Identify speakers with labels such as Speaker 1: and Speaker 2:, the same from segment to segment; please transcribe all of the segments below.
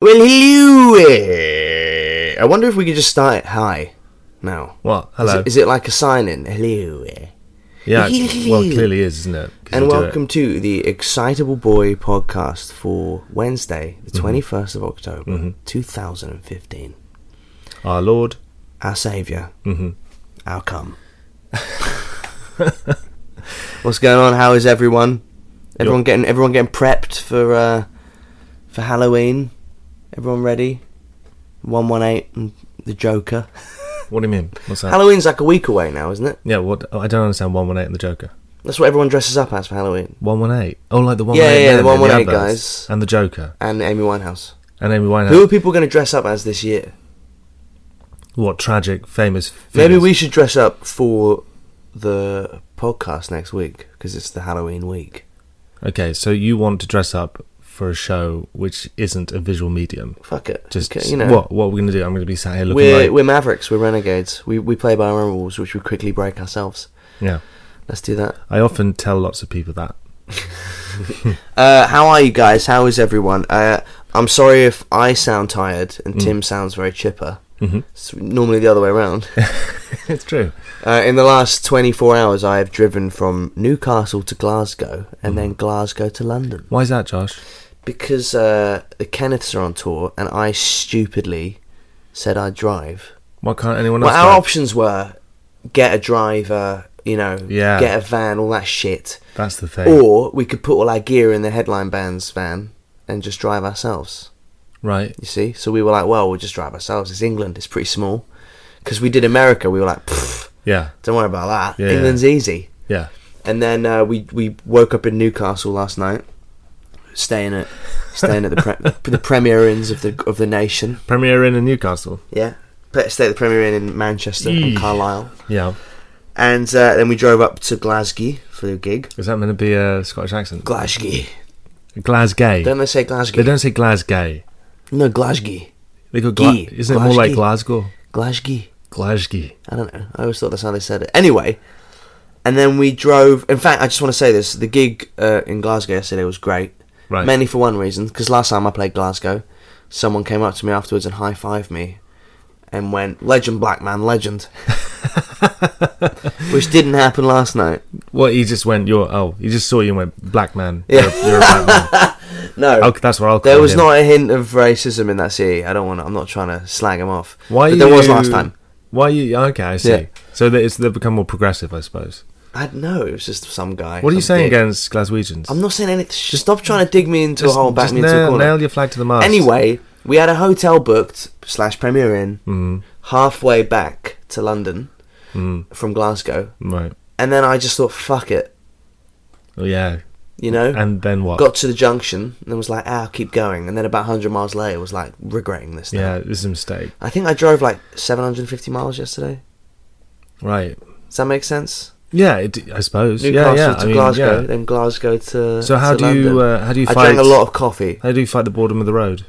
Speaker 1: Well, hello. eh. I wonder if we could just start it high now.
Speaker 2: What?
Speaker 1: Is
Speaker 2: Hello.
Speaker 1: it, is it like a sign in? Hello. eh.
Speaker 2: yeah. well, it clearly is, isn't it? 'Cause
Speaker 1: And
Speaker 2: you do it.
Speaker 1: welcome to the Excitable Boy podcast for Wednesday,
Speaker 2: Mm-hmm.
Speaker 1: the 21st of October, 2015.
Speaker 2: Our Lord.
Speaker 1: Our Saviour,
Speaker 2: hmm
Speaker 1: our come. What's going on? How is everyone? Everyone getting everyone getting prepped for uh, for Halloween. Everyone ready? One one eight and the Joker.
Speaker 2: What do you mean? What's that?
Speaker 1: Halloween's like a week away now, isn't it?
Speaker 2: Yeah. What? oh, I don't understand. One one eight and the Joker.
Speaker 1: That's what everyone dresses up as for Halloween.
Speaker 2: One one eight. Oh, like the one.
Speaker 1: Yeah, yeah, yeah, the
Speaker 2: the
Speaker 1: 118
Speaker 2: adverts.
Speaker 1: guys.
Speaker 2: And the Joker.
Speaker 1: And Amy Winehouse.
Speaker 2: And Amy Winehouse.
Speaker 1: Who are people going to dress up as this year?
Speaker 2: What tragic, famous?
Speaker 1: Maybe
Speaker 2: figures.
Speaker 1: we should dress up for the podcast next week because it's the Halloween week.
Speaker 2: Okay, so you want to dress up for a show which isn't a visual medium?
Speaker 1: Fuck it.
Speaker 2: Just
Speaker 1: Okay, you know.
Speaker 2: what? What are we going to do? I'm going to be sat here looking
Speaker 1: We're,
Speaker 2: like
Speaker 1: we're mavericks. We're renegades. We we play by our own rules, which we quickly break ourselves.
Speaker 2: yeah.
Speaker 1: Let's do that.
Speaker 2: I often tell lots of people that.
Speaker 1: Uh, how are you guys? How is everyone? Uh, I'm sorry if I sound tired
Speaker 2: Mm.
Speaker 1: and Tim sounds very chipper. Mm-hmm. It's normally the other way around.
Speaker 2: it's true.
Speaker 1: uh, in the last 24 hours, I have driven from Newcastle to Glasgow and then Glasgow to London
Speaker 2: Why is that, Josh?
Speaker 1: Hmm. because uh, the Kenneths are on tour and I stupidly said I'd drive.
Speaker 2: Why can't anyone
Speaker 1: Well,
Speaker 2: else?
Speaker 1: our
Speaker 2: drive?
Speaker 1: options were get a driver, you know,
Speaker 2: Yeah.
Speaker 1: get a van, all that shit.
Speaker 2: That's the thing.
Speaker 1: Or we could put all our gear in the headline band's van and just drive ourselves.
Speaker 2: Right.
Speaker 1: You see? So we were like, well, we'll just drive ourselves. It's England. It's pretty small. Because we did America, we were like, "Pfft,
Speaker 2: Yeah.
Speaker 1: don't worry about that.
Speaker 2: Yeah.
Speaker 1: England's easy.
Speaker 2: Yeah.
Speaker 1: And then uh, we we woke up in Newcastle last night, staying at staying at the pre- the Premier Inns of the of the nation.
Speaker 2: Premier Inn in Newcastle.
Speaker 1: Yeah, Pe- stay at the Premier Inn in Manchester and
Speaker 2: Eesh.
Speaker 1: Carlisle,
Speaker 2: Yeah.
Speaker 1: and uh, then we drove up to Glasgow for the gig.
Speaker 2: Is that meant to be a Scottish accent?
Speaker 1: Glasgow.
Speaker 2: Glasgow.
Speaker 1: Don't they say Glasgow?
Speaker 2: They don't say Glasgow.
Speaker 1: No, Glasgow.
Speaker 2: They go Gla-
Speaker 1: Gee,
Speaker 2: Isn't it more like Glasgow?
Speaker 1: Glasgow.
Speaker 2: Glasgow.
Speaker 1: I don't know. I always thought that's how they said it. Anyway, and then we drove. In fact, I just want to say this: the gig uh, in Glasgow yesterday was great.
Speaker 2: Right.
Speaker 1: Mainly for one reason, because last time I played Glasgow, someone came up to me afterwards and high fived me, and went "Legend, black man, legend," which didn't happen last night.
Speaker 2: Well, he just went. You're oh, he just saw you and went black man.
Speaker 1: Yeah.
Speaker 2: You're, a- you're a black man.
Speaker 1: No,
Speaker 2: Oh, that's what I'll call
Speaker 1: there was
Speaker 2: him.
Speaker 1: not a hint of racism in that city. I don't want. to I'm not trying to slag him off.
Speaker 2: Why
Speaker 1: but there was
Speaker 2: you-
Speaker 1: last time.
Speaker 2: Why you? oh, Okay, I see.
Speaker 1: Yeah.
Speaker 2: So that it's they've become more progressive, I suppose.
Speaker 1: I know it was just some guy.
Speaker 2: What are you
Speaker 1: some
Speaker 2: saying
Speaker 1: dick.
Speaker 2: against Glaswegians?
Speaker 1: I'm not saying anything. Stop trying to dig me into a hole, back
Speaker 2: just
Speaker 1: me into a
Speaker 2: nail,
Speaker 1: corner.
Speaker 2: nail your flag to the mast.
Speaker 1: Anyway, we had a hotel booked slash Premier Inn
Speaker 2: Mm-hmm.
Speaker 1: halfway back to London from Glasgow,
Speaker 2: Mm, right?
Speaker 1: and then I just thought, fuck it,
Speaker 2: Oh, yeah.
Speaker 1: you know.
Speaker 2: And then what?
Speaker 1: Got to the junction and was like, ah, I'll keep going. And then about 100 miles later, was like regretting this. Now.
Speaker 2: yeah, this is a mistake.
Speaker 1: I think I drove like 750 miles yesterday.
Speaker 2: Right.
Speaker 1: Does that make sense?
Speaker 2: Yeah, it, I suppose.
Speaker 1: Newcastle
Speaker 2: yeah, yeah.
Speaker 1: to
Speaker 2: I mean,
Speaker 1: Glasgow,
Speaker 2: yeah.
Speaker 1: then Glasgow to.
Speaker 2: So how
Speaker 1: to
Speaker 2: do you,
Speaker 1: London.
Speaker 2: uh, how do you
Speaker 1: I drank a
Speaker 2: fight-
Speaker 1: lot of coffee.
Speaker 2: How do you fight the boredom of the road?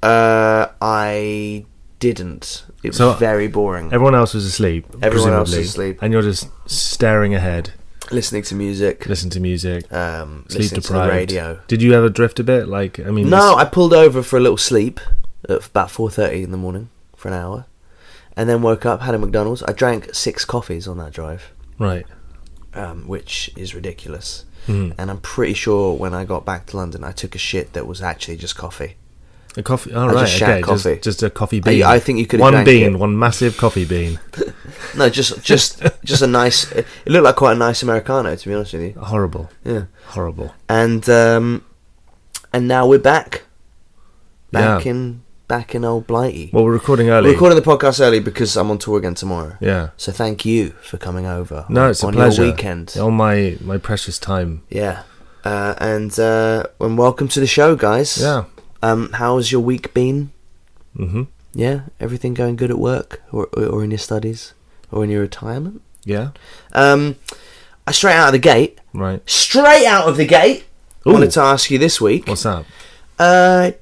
Speaker 1: Uh, I didn't. It was
Speaker 2: So-
Speaker 1: very boring.
Speaker 2: Everyone else was asleep.
Speaker 1: Everyone else was
Speaker 2: presumably,
Speaker 1: asleep.
Speaker 2: and you're just staring ahead,
Speaker 1: listening to music.
Speaker 2: listening to music,
Speaker 1: um,
Speaker 2: sleep
Speaker 1: listening
Speaker 2: deprived.
Speaker 1: to the radio.
Speaker 2: Did you ever drift a bit? Like, I mean,
Speaker 1: No, I
Speaker 2: this-
Speaker 1: pulled over for a little sleep at about four thirty in the morning for an hour, and then woke up, had a McDonald's. I drank six coffees on that drive,
Speaker 2: right. Mm-hmm.
Speaker 1: um, which is ridiculous. And I'm pretty sure when I got back to London, I took a shit that was actually just coffee.
Speaker 2: A coffee. All
Speaker 1: I
Speaker 2: right,
Speaker 1: just shat
Speaker 2: okay,
Speaker 1: coffee.
Speaker 2: Just, just a coffee
Speaker 1: I-
Speaker 2: bean.
Speaker 1: I think you could've
Speaker 2: one
Speaker 1: drank
Speaker 2: bean,
Speaker 1: it.
Speaker 2: one massive coffee bean.
Speaker 1: No, just just just a nice. It looked like quite a nice americano, to be honest with you.
Speaker 2: Horrible,
Speaker 1: Yeah.
Speaker 2: horrible.
Speaker 1: And um, and now we're back, back
Speaker 2: Yeah.
Speaker 1: in back in old Blighty.
Speaker 2: Well, we're recording
Speaker 1: We're
Speaker 2: early.
Speaker 1: recording the podcast early because I'm on tour again tomorrow.
Speaker 2: yeah.
Speaker 1: So thank you for coming over.
Speaker 2: No,
Speaker 1: on-
Speaker 2: it's a
Speaker 1: on
Speaker 2: pleasure.
Speaker 1: Your weekend.
Speaker 2: All my my precious time.
Speaker 1: Yeah. Uh, and uh, and welcome to the show, guys.
Speaker 2: Yeah.
Speaker 1: Um, how's your week been?
Speaker 2: Mm-hmm.
Speaker 1: Yeah, everything going good at work, or or in your studies, or in your retirement?
Speaker 2: Yeah.
Speaker 1: Um, I straight out of the gate,
Speaker 2: Right.
Speaker 1: straight out of the gate. I
Speaker 2: Ooh.
Speaker 1: wanted to ask you this week.
Speaker 2: What's up?
Speaker 1: Uh,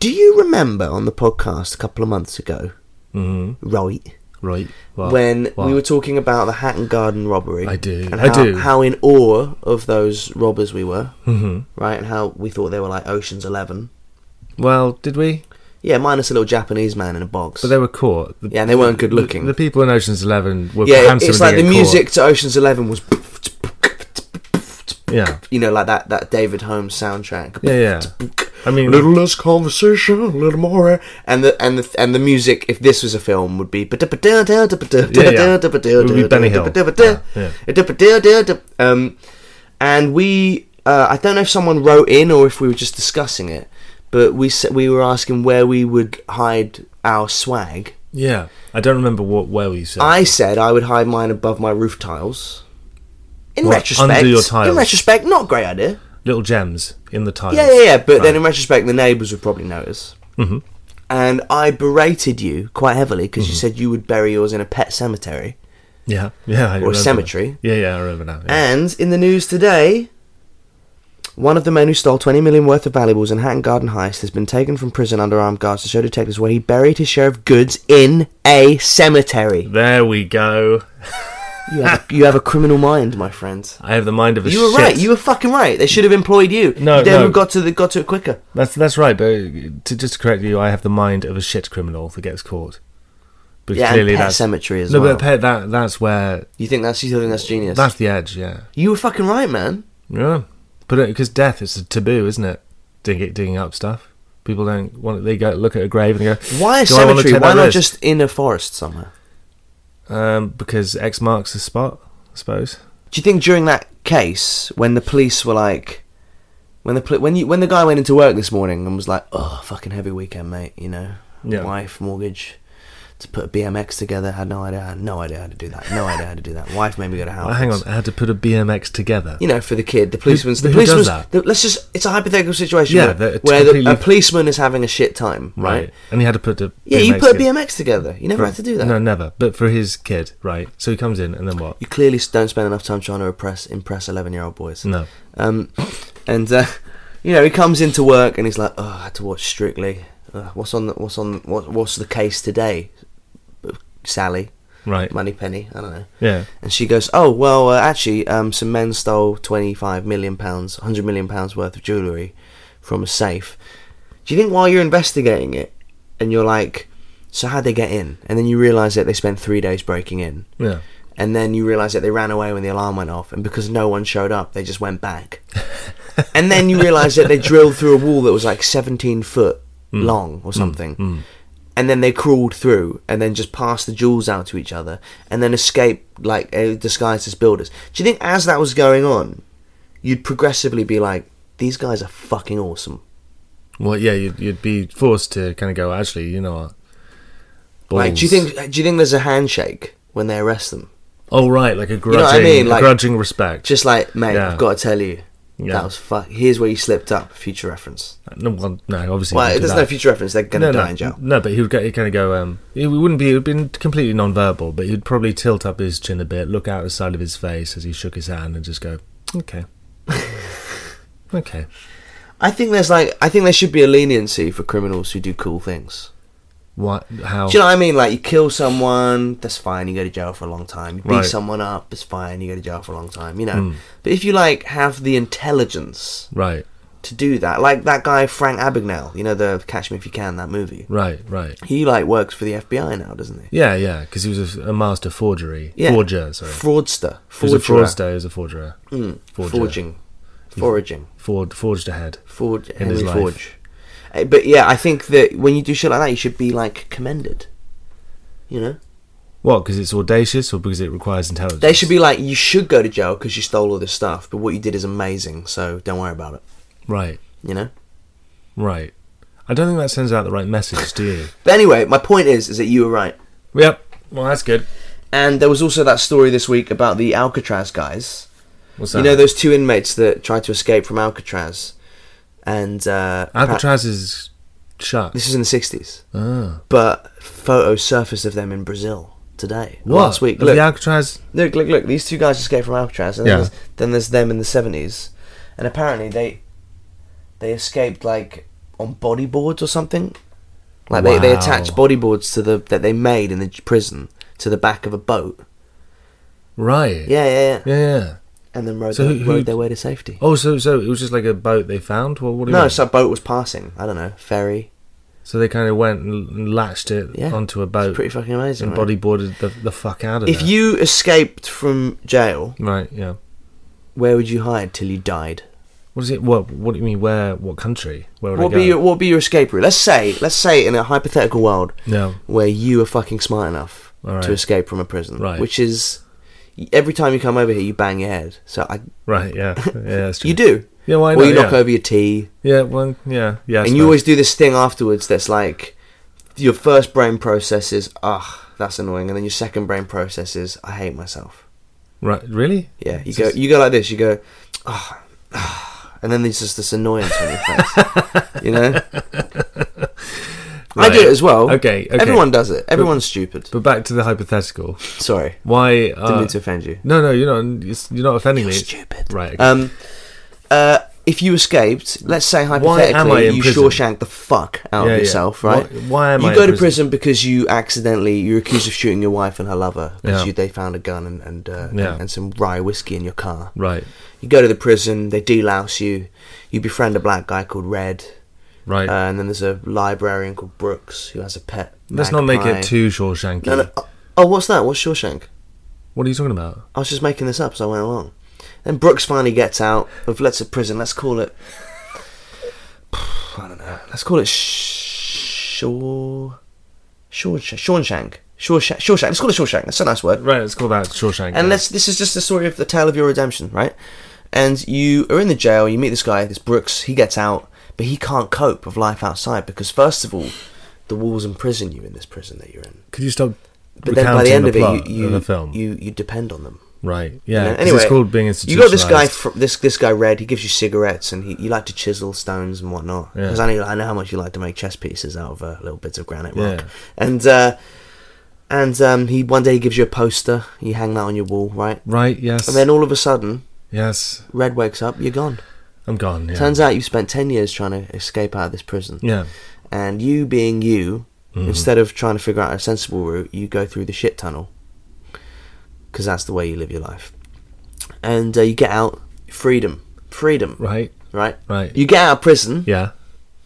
Speaker 1: do you remember on the podcast a couple of months ago,
Speaker 2: Mm-hmm.
Speaker 1: right?
Speaker 2: Right. Well,
Speaker 1: when
Speaker 2: well,
Speaker 1: we were talking about the Hatton Garden robbery,
Speaker 2: I do,
Speaker 1: and
Speaker 2: I
Speaker 1: how,
Speaker 2: do.
Speaker 1: how in awe of those robbers we were,
Speaker 2: Mhm.
Speaker 1: right? And how we thought they were like Ocean's Eleven,
Speaker 2: Well, did we?
Speaker 1: yeah, minus a little Japanese man in a box.
Speaker 2: But they were caught. The,
Speaker 1: yeah, and they weren't good
Speaker 2: the-
Speaker 1: looking.
Speaker 2: The, people in Ocean's Eleven were
Speaker 1: yeah,
Speaker 2: handsome
Speaker 1: it's
Speaker 2: when
Speaker 1: like
Speaker 2: they
Speaker 1: the
Speaker 2: get
Speaker 1: music to Ocean's Eleven was,
Speaker 2: caught. Yeah.
Speaker 1: you know, like that that David Holmes soundtrack.
Speaker 2: Yeah. Yeah. I mean,
Speaker 1: Little less conversation, a little more, eh? and the and the and the music. If this was a film, would be
Speaker 2: It would be Benny Hill. Yeah,
Speaker 1: um, and we, uh, I don't know if someone wrote in or if we were just discussing it, but we s- we were asking where we would hide our swag.
Speaker 2: yeah. I don't remember what where we said.
Speaker 1: I said I would hide mine above my roof tiles. In
Speaker 2: What,
Speaker 1: retrospect,
Speaker 2: under your tiles?
Speaker 1: in retrospect, not a great idea.
Speaker 2: Little gems in the tiles.
Speaker 1: Yeah, yeah, yeah. But then in retrospect, the neighbours would probably notice.
Speaker 2: Mhm.
Speaker 1: And I berated you quite heavily because
Speaker 2: Mm-hmm.
Speaker 1: you said you would bury yours in a pet cemetery.
Speaker 2: Yeah, yeah. I remember that.
Speaker 1: cemetery.
Speaker 2: Yeah, yeah. I remember now. Yeah.
Speaker 1: And in the news today, one of the men who stole 20 million worth of valuables in Hatton Garden heist has been taken from prison under armed guards to show detectives where he buried his share of goods in a cemetery.
Speaker 2: there we go.
Speaker 1: You have, you have a criminal mind, my friend.
Speaker 2: I have the mind of a
Speaker 1: You were
Speaker 2: shit.
Speaker 1: right. You were fucking right. They should have employed you.
Speaker 2: No,
Speaker 1: then
Speaker 2: no.
Speaker 1: we got to the, got to it quicker.
Speaker 2: That's that's right. But to just to correct you, I have the mind of a shit criminal that gets caught. But
Speaker 1: Yeah, and pet cemetery as
Speaker 2: no,
Speaker 1: well.
Speaker 2: but pet, that that's where
Speaker 1: You think that's you think that's genius?
Speaker 2: that's the edge. Yeah,
Speaker 1: you were fucking right, man.
Speaker 2: yeah. But because death is a taboo, isn't it? Digging digging up stuff. People don't want. They go look at a grave and they go,
Speaker 1: Why a
Speaker 2: "Do I wanna
Speaker 1: cemetery?
Speaker 2: take
Speaker 1: Why
Speaker 2: that
Speaker 1: not
Speaker 2: risk?"
Speaker 1: just in a forest somewhere?
Speaker 2: Um, because X marks the spot, I suppose.
Speaker 1: Do you think during that case, when the police were like, when the poli- when you when the guy went into work this morning and was like, "Oh, fucking heavy weekend, mate," you know,
Speaker 2: Yeah.
Speaker 1: wife, mortgage, to put a BMX together, had no idea, had no idea how to do that, no idea how to do that. Wife made me go to house.
Speaker 2: Oh, hang on, I had to put a BMX together.
Speaker 1: You know, for the kid, the policeman's the
Speaker 2: who does
Speaker 1: policeman's.
Speaker 2: that?
Speaker 1: The, let's just—it's a hypothetical situation
Speaker 2: Yeah,
Speaker 1: where,
Speaker 2: that- it's
Speaker 1: where the, a
Speaker 2: completely-
Speaker 1: policeman is having a shit time,
Speaker 2: Right.
Speaker 1: right?
Speaker 2: and he had to put a
Speaker 1: Yeah, you put a
Speaker 2: together.
Speaker 1: BMX together. You never had to do that.
Speaker 2: No, never. But for his kid, right? So he comes in, and then what?
Speaker 1: You clearly don't spend enough time trying to impress impress eleven year old boys.
Speaker 2: No.
Speaker 1: Um, and uh, you know he comes into work and he's like, "Oh, I had to watch Strictly. Uh, what's on? The, what's on? What, what's the case today?" Sally,
Speaker 2: Right.
Speaker 1: Money Penny, I don't know.
Speaker 2: Yeah.
Speaker 1: And she goes, "Oh well, uh, actually, um, some men stole twenty-five million pounds, hundred million pounds worth of jewellery from a safe. Do you think while you're investigating it, and you're like, so how'd they get in? And then you realise that they spent three days breaking in,
Speaker 2: Yeah.
Speaker 1: and then you realise that they ran away when the alarm went off, and because no one showed up, they just went back. and then you realise that they drilled through a wall that was like seventeen foot
Speaker 2: Mm.
Speaker 1: long or something." and then they crawled through and then just passed the jewels out to each other and then escaped like uh, disguised as builders. Do you think as that was going on, you'd progressively be like, these guys are fucking awesome?
Speaker 2: Well, yeah, you'd, you'd be forced to kind of go. Actually, you know what?
Speaker 1: Like, do you
Speaker 2: Balls.
Speaker 1: think do you think there's a handshake when they arrest them?
Speaker 2: Oh, right, like a
Speaker 1: know
Speaker 2: grudging,
Speaker 1: what I mean?
Speaker 2: a
Speaker 1: Like-
Speaker 2: grudging respect.
Speaker 1: Just like, mate,
Speaker 2: Yeah.
Speaker 1: I've got to tell you,
Speaker 2: Yeah.
Speaker 1: that was fuck. Here's where you slipped up. Future reference.
Speaker 2: no, well, no, obviously.
Speaker 1: well,
Speaker 2: you
Speaker 1: there's
Speaker 2: do
Speaker 1: no
Speaker 2: that.
Speaker 1: future reference. They're gonna
Speaker 2: No,
Speaker 1: die
Speaker 2: no,
Speaker 1: in jail.
Speaker 2: no, but he would go, he'd kind of go. Um, he wouldn't be. He'd been completely non-verbal, but he'd probably tilt up his chin a bit, look out the side of his face as he shook his hand, and just go, "Okay, okay."
Speaker 1: I think there's like, I think there should be a leniency for criminals who do cool things.
Speaker 2: What? How?
Speaker 1: Do you know what I mean? Like you kill someone, that's fine. You go to jail for a long time. You beat
Speaker 2: Right. Hmm.
Speaker 1: someone up, it's fine. You go to jail for a long time. You know. But if you like have the intelligence
Speaker 2: Right,
Speaker 1: to do that, like that guy Frank Abagnale, you know the Catch Me If You Can that movie.
Speaker 2: right, right.
Speaker 1: He like works for the FBI now, doesn't he?
Speaker 2: Yeah, yeah, because he was a, a master forgery, forger. Sorry,
Speaker 1: Fraudster.
Speaker 2: he was a
Speaker 1: Forgerer.
Speaker 2: fraudster. He was a forgerer.
Speaker 1: Mm.
Speaker 2: Forger.
Speaker 1: Forging. Foraging.
Speaker 2: Forged, forged ahead.
Speaker 1: Forge.
Speaker 2: In his
Speaker 1: Henry
Speaker 2: life.
Speaker 1: Forge. Uh, But yeah, I think that when you do shit like that, you should be like commended. You know,
Speaker 2: What? Because it's audacious, or because it requires intelligence?
Speaker 1: they should be like, you should go to jail because you stole all this stuff, but what you did is amazing, so don't worry about it.
Speaker 2: Right,
Speaker 1: you know.
Speaker 2: right. I don't think that sends out the right message, do you?
Speaker 1: But anyway, my point is, is that you were right.
Speaker 2: yep. Well, that's good.
Speaker 1: And there was also that story this week about the Alcatraz guys
Speaker 2: What's that?
Speaker 1: You know those two inmates that tried to escape from Alcatraz, and uh, appa-
Speaker 2: Alcatraz is shut.
Speaker 1: This is in the sixties,
Speaker 2: Ah.
Speaker 1: but photos surfaced of them in Brazil today.
Speaker 2: What?
Speaker 1: Last week,
Speaker 2: Of
Speaker 1: look,
Speaker 2: the Alcatraz.
Speaker 1: look, look, look. These two guys escaped from Alcatraz, and then,
Speaker 2: Yeah.
Speaker 1: there's, then there's them in the seventies, and apparently they they escaped like on bodyboards or something. Like they, they
Speaker 2: Wow.
Speaker 1: attached bodyboards to the that they made in the j- prison to the back of a boat.
Speaker 2: Right.
Speaker 1: Yeah, yeah, yeah.
Speaker 2: Yeah. yeah.
Speaker 1: And then rode,
Speaker 2: So
Speaker 1: their-
Speaker 2: who- who-
Speaker 1: rode their way to safety.
Speaker 2: Oh, so so it was just like a boat they found. Well, what do you
Speaker 1: no,
Speaker 2: mean?
Speaker 1: some boat was passing. I don't know, ferry.
Speaker 2: So they kind of went and and latched it
Speaker 1: Yeah,
Speaker 2: onto a
Speaker 1: it's
Speaker 2: boat.
Speaker 1: pretty fucking amazing,
Speaker 2: And
Speaker 1: right?
Speaker 2: bodyboarded the, the fuck out of
Speaker 1: If
Speaker 2: there.
Speaker 1: you escaped from jail,
Speaker 2: right, yeah.
Speaker 1: where would you hide till you died?
Speaker 2: What is it? What What do you mean? Where? What country? Where would
Speaker 1: What
Speaker 2: I go?
Speaker 1: be your, what would be your escape route? Let's say let's say in a hypothetical world
Speaker 2: no.
Speaker 1: where you are fucking smart enough
Speaker 2: All right.
Speaker 1: to escape from a prison,
Speaker 2: Right.
Speaker 1: which is every time you come over here you bang your head. So I,
Speaker 2: Right. Yeah. Yeah. That's true.
Speaker 1: you do.
Speaker 2: Yeah. Why
Speaker 1: or
Speaker 2: not?
Speaker 1: you knock
Speaker 2: yeah.
Speaker 1: over your tea,
Speaker 2: Yeah. Well. Yeah. Yeah. I
Speaker 1: and
Speaker 2: suppose.
Speaker 1: you always do this thing afterwards that's like your first brain process is ah that's annoying, and then your second brain process is I hate myself.
Speaker 2: Right. Really?
Speaker 1: Yeah, you
Speaker 2: It's
Speaker 1: go
Speaker 2: just-
Speaker 1: you go like this. You go, "Ah, ah," and then there's just this annoyance on your face. you know, I do
Speaker 2: Right.
Speaker 1: it as well.
Speaker 2: Okay, okay.
Speaker 1: everyone does it. Everyone's stupid.
Speaker 2: But back to the hypothetical.
Speaker 1: Sorry,
Speaker 2: Why?
Speaker 1: didn't
Speaker 2: Uh,
Speaker 1: mean to offend you.
Speaker 2: No. No. You're not. it's- You're not offending
Speaker 1: You're
Speaker 2: me.
Speaker 1: stupid.
Speaker 2: Right.
Speaker 1: Um, uh, if you escaped, let's say
Speaker 2: am I
Speaker 1: hypothetically,
Speaker 2: in
Speaker 1: you
Speaker 2: prison?
Speaker 1: Shawshank the fuck out
Speaker 2: Yeah, yeah.
Speaker 1: of yourself,
Speaker 2: Why-
Speaker 1: right?
Speaker 2: why am
Speaker 1: you
Speaker 2: I in
Speaker 1: go to
Speaker 2: prison?
Speaker 1: prison because you accidentally you're accused of shooting your wife and her lover because
Speaker 2: Yeah.
Speaker 1: you they found a gun and and, uh,
Speaker 2: Yeah.
Speaker 1: and and some rye whiskey in your car.
Speaker 2: right.
Speaker 1: You go to the prison, they delouse you, you befriend a black guy called Red,
Speaker 2: Right.
Speaker 1: uh, and then there's a librarian called Brooks who has a pet.
Speaker 2: Let's not make
Speaker 1: magpie.
Speaker 2: it too Shawshanky.
Speaker 1: No, no. oh, Oh, what's that? What's Shawshank?
Speaker 2: What are you talking about?
Speaker 1: I was just making this up as I went along. Then Brooks finally gets out of let's a prison. Let's call it. I don't know. Let's call it Shaw. Shaw. Shawshank. Shawshank. Shawshank. Let's call it Shawshank. That's a nice word.
Speaker 2: Right. Let's call that Shawshank.
Speaker 1: And
Speaker 2: yeah.
Speaker 1: let's, this is just the story of the tale of your redemption, right? And you are in the jail, you meet this guy, this Brooks, he gets out, but he can't cope with life outside because, first of all, the walls imprison you in this prison that you're in.
Speaker 2: Could you stop?
Speaker 1: But then by the end of
Speaker 2: plot
Speaker 1: it, you, you,
Speaker 2: the film.
Speaker 1: you, you depend on them.
Speaker 2: right. Yeah.
Speaker 1: You know?
Speaker 2: 'cause it's called being
Speaker 1: you got this guy,
Speaker 2: institutionalized.
Speaker 1: fr- this this guy Red, he gives you cigarettes and he, you like to chisel stones and whatnot.
Speaker 2: Yeah.
Speaker 1: Because I, know, I know how much you like to make chess pieces out of uh, little bits of granite rock.
Speaker 2: Yeah.
Speaker 1: And, uh, and um, he one day he gives you a poster, you hang that on your wall, right?
Speaker 2: Right. Yes.
Speaker 1: And then all of a sudden,
Speaker 2: yes.
Speaker 1: Red wakes up, you're gone.
Speaker 2: I'm gone. Yeah.
Speaker 1: Turns out you've spent 10 years trying to escape out of this prison.
Speaker 2: Yeah.
Speaker 1: And you being you,
Speaker 2: Mm-hmm.
Speaker 1: instead of trying to figure out a sensible route, you go through the shit tunnel. Because that's the way you live your life. And uh, you get out, freedom. Freedom.
Speaker 2: Right.
Speaker 1: Right?
Speaker 2: Right.
Speaker 1: You get out of prison,
Speaker 2: Yeah.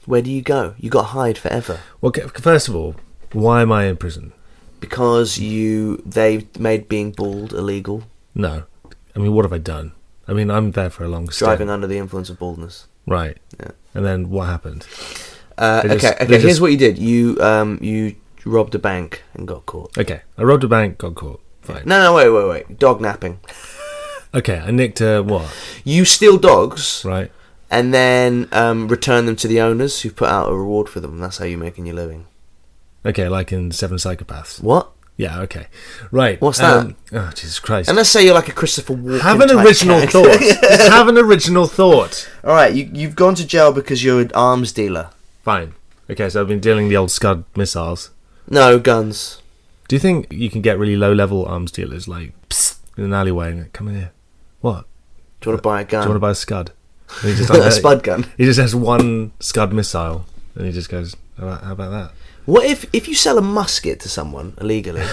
Speaker 1: where do you go? You got to hide forever.
Speaker 2: Well, c- first of all, why am I in prison?
Speaker 1: Because you, they made being bald illegal.
Speaker 2: No. I mean, what have I done? I mean, I'm there for a long stint.
Speaker 1: Driving under the influence of baldness.
Speaker 2: Right.
Speaker 1: Yeah.
Speaker 2: And then what happened?
Speaker 1: Uh,
Speaker 2: They
Speaker 1: okay,
Speaker 2: just-
Speaker 1: okay.
Speaker 2: they
Speaker 1: Here's
Speaker 2: just-
Speaker 1: what you did. You, um, you robbed a bank and got caught.
Speaker 2: Okay. I robbed a bank, got caught. Fine.
Speaker 1: No, no, wait, wait, wait. Dog napping.
Speaker 2: Okay. I nicked a what?
Speaker 1: You steal dogs
Speaker 2: Right.
Speaker 1: and then um, return them to the owners who put out a reward for them. That's how you're making your living.
Speaker 2: Okay. Like in Seven Psychopaths.
Speaker 1: What?
Speaker 2: Yeah. Okay. Right.
Speaker 1: What's
Speaker 2: oh, Jesus Christ.
Speaker 1: And let's say you're like a Christopher Walken.
Speaker 2: Have an
Speaker 1: type
Speaker 2: original
Speaker 1: character.
Speaker 2: thought. Just have an original thought.
Speaker 1: All right, you, you've gone to jail because you're an arms dealer.
Speaker 2: Fine. Okay. So I've been dealing the old Scud missiles.
Speaker 1: No guns.
Speaker 2: Do you think you can get really low level arms dealers like psst, in an alleyway and come in here? What?
Speaker 1: Do you want to buy a gun?
Speaker 2: Do you want to buy a scud? And he just
Speaker 1: A spud gun.
Speaker 2: He just has one scud missile, and he just goes, "How about, how about that?"
Speaker 1: what if if you sell a musket to someone illegally?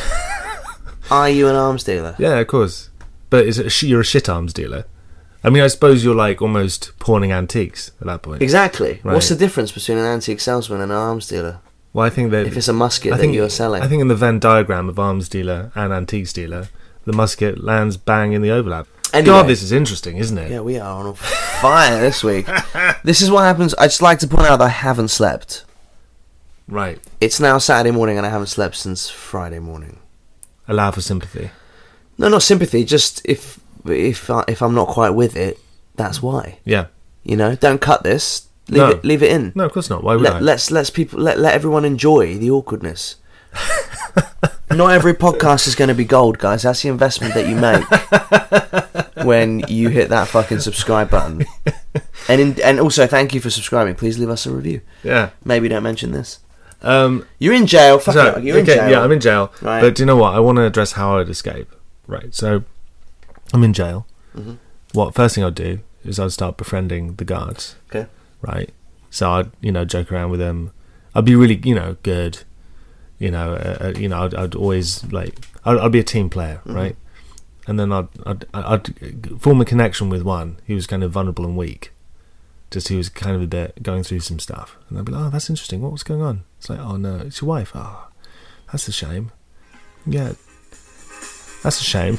Speaker 1: are you an arms dealer?
Speaker 2: Yeah, of course. But is it a sh- you're a shit arms dealer. I mean, I suppose you're like almost pawning antiques at that point.
Speaker 1: Exactly. What's
Speaker 2: Right.
Speaker 1: the difference between an antique salesman and an arms dealer?
Speaker 2: Well, I think that
Speaker 1: If it's a musket
Speaker 2: I
Speaker 1: that
Speaker 2: think
Speaker 1: you're selling.
Speaker 2: I think in the Venn diagram of arms dealer and antiques dealer, the musket lands bang in the overlap.
Speaker 1: Anyway.
Speaker 2: God, this is interesting, isn't it?
Speaker 1: Yeah, we are on a fire this week. this is what happens. I just like to point out that I haven't slept.
Speaker 2: Right.
Speaker 1: It's now Saturday morning and I haven't slept since Friday morning.
Speaker 2: Allow for sympathy.
Speaker 1: No, not sympathy. Just if if I, if I'm not quite with it, that's why.
Speaker 2: Yeah.
Speaker 1: You know, don't cut this. Leave
Speaker 2: No.
Speaker 1: it. Leave it in.
Speaker 2: No, of course not. Why would I?
Speaker 1: Let, let's let's people let let everyone enjoy the awkwardness. Not every podcast is going to be gold, guys. That's the investment that you make when you hit that fucking subscribe button. And in, and also, thank you for subscribing. Please leave us a review.
Speaker 2: Yeah.
Speaker 1: Maybe don't mention this.
Speaker 2: Um,
Speaker 1: You're in jail. Fuck
Speaker 2: so,
Speaker 1: it, You're in
Speaker 2: okay,
Speaker 1: jail.
Speaker 2: Yeah, I'm in jail.
Speaker 1: Right.
Speaker 2: But do you know what? I want to address how I'd escape. Right. So I'm in jail.
Speaker 1: Mm-hmm.
Speaker 2: What first thing I'd do is I'd start befriending the guards.
Speaker 1: Okay.
Speaker 2: Right. So I'd you know joke around with them. I'd be really you know good. You know uh, uh, you know I'd, I'd always like I'd, I'd be a team player right. And then I'd, I'd I'd form a connection with one who was kind of vulnerable and weak just he was kind of a bit going through some stuff. And I'd be like, oh, that's interesting. What was going on? It's like, oh no, it's your wife. Oh, that's a shame. Yeah, that's a shame.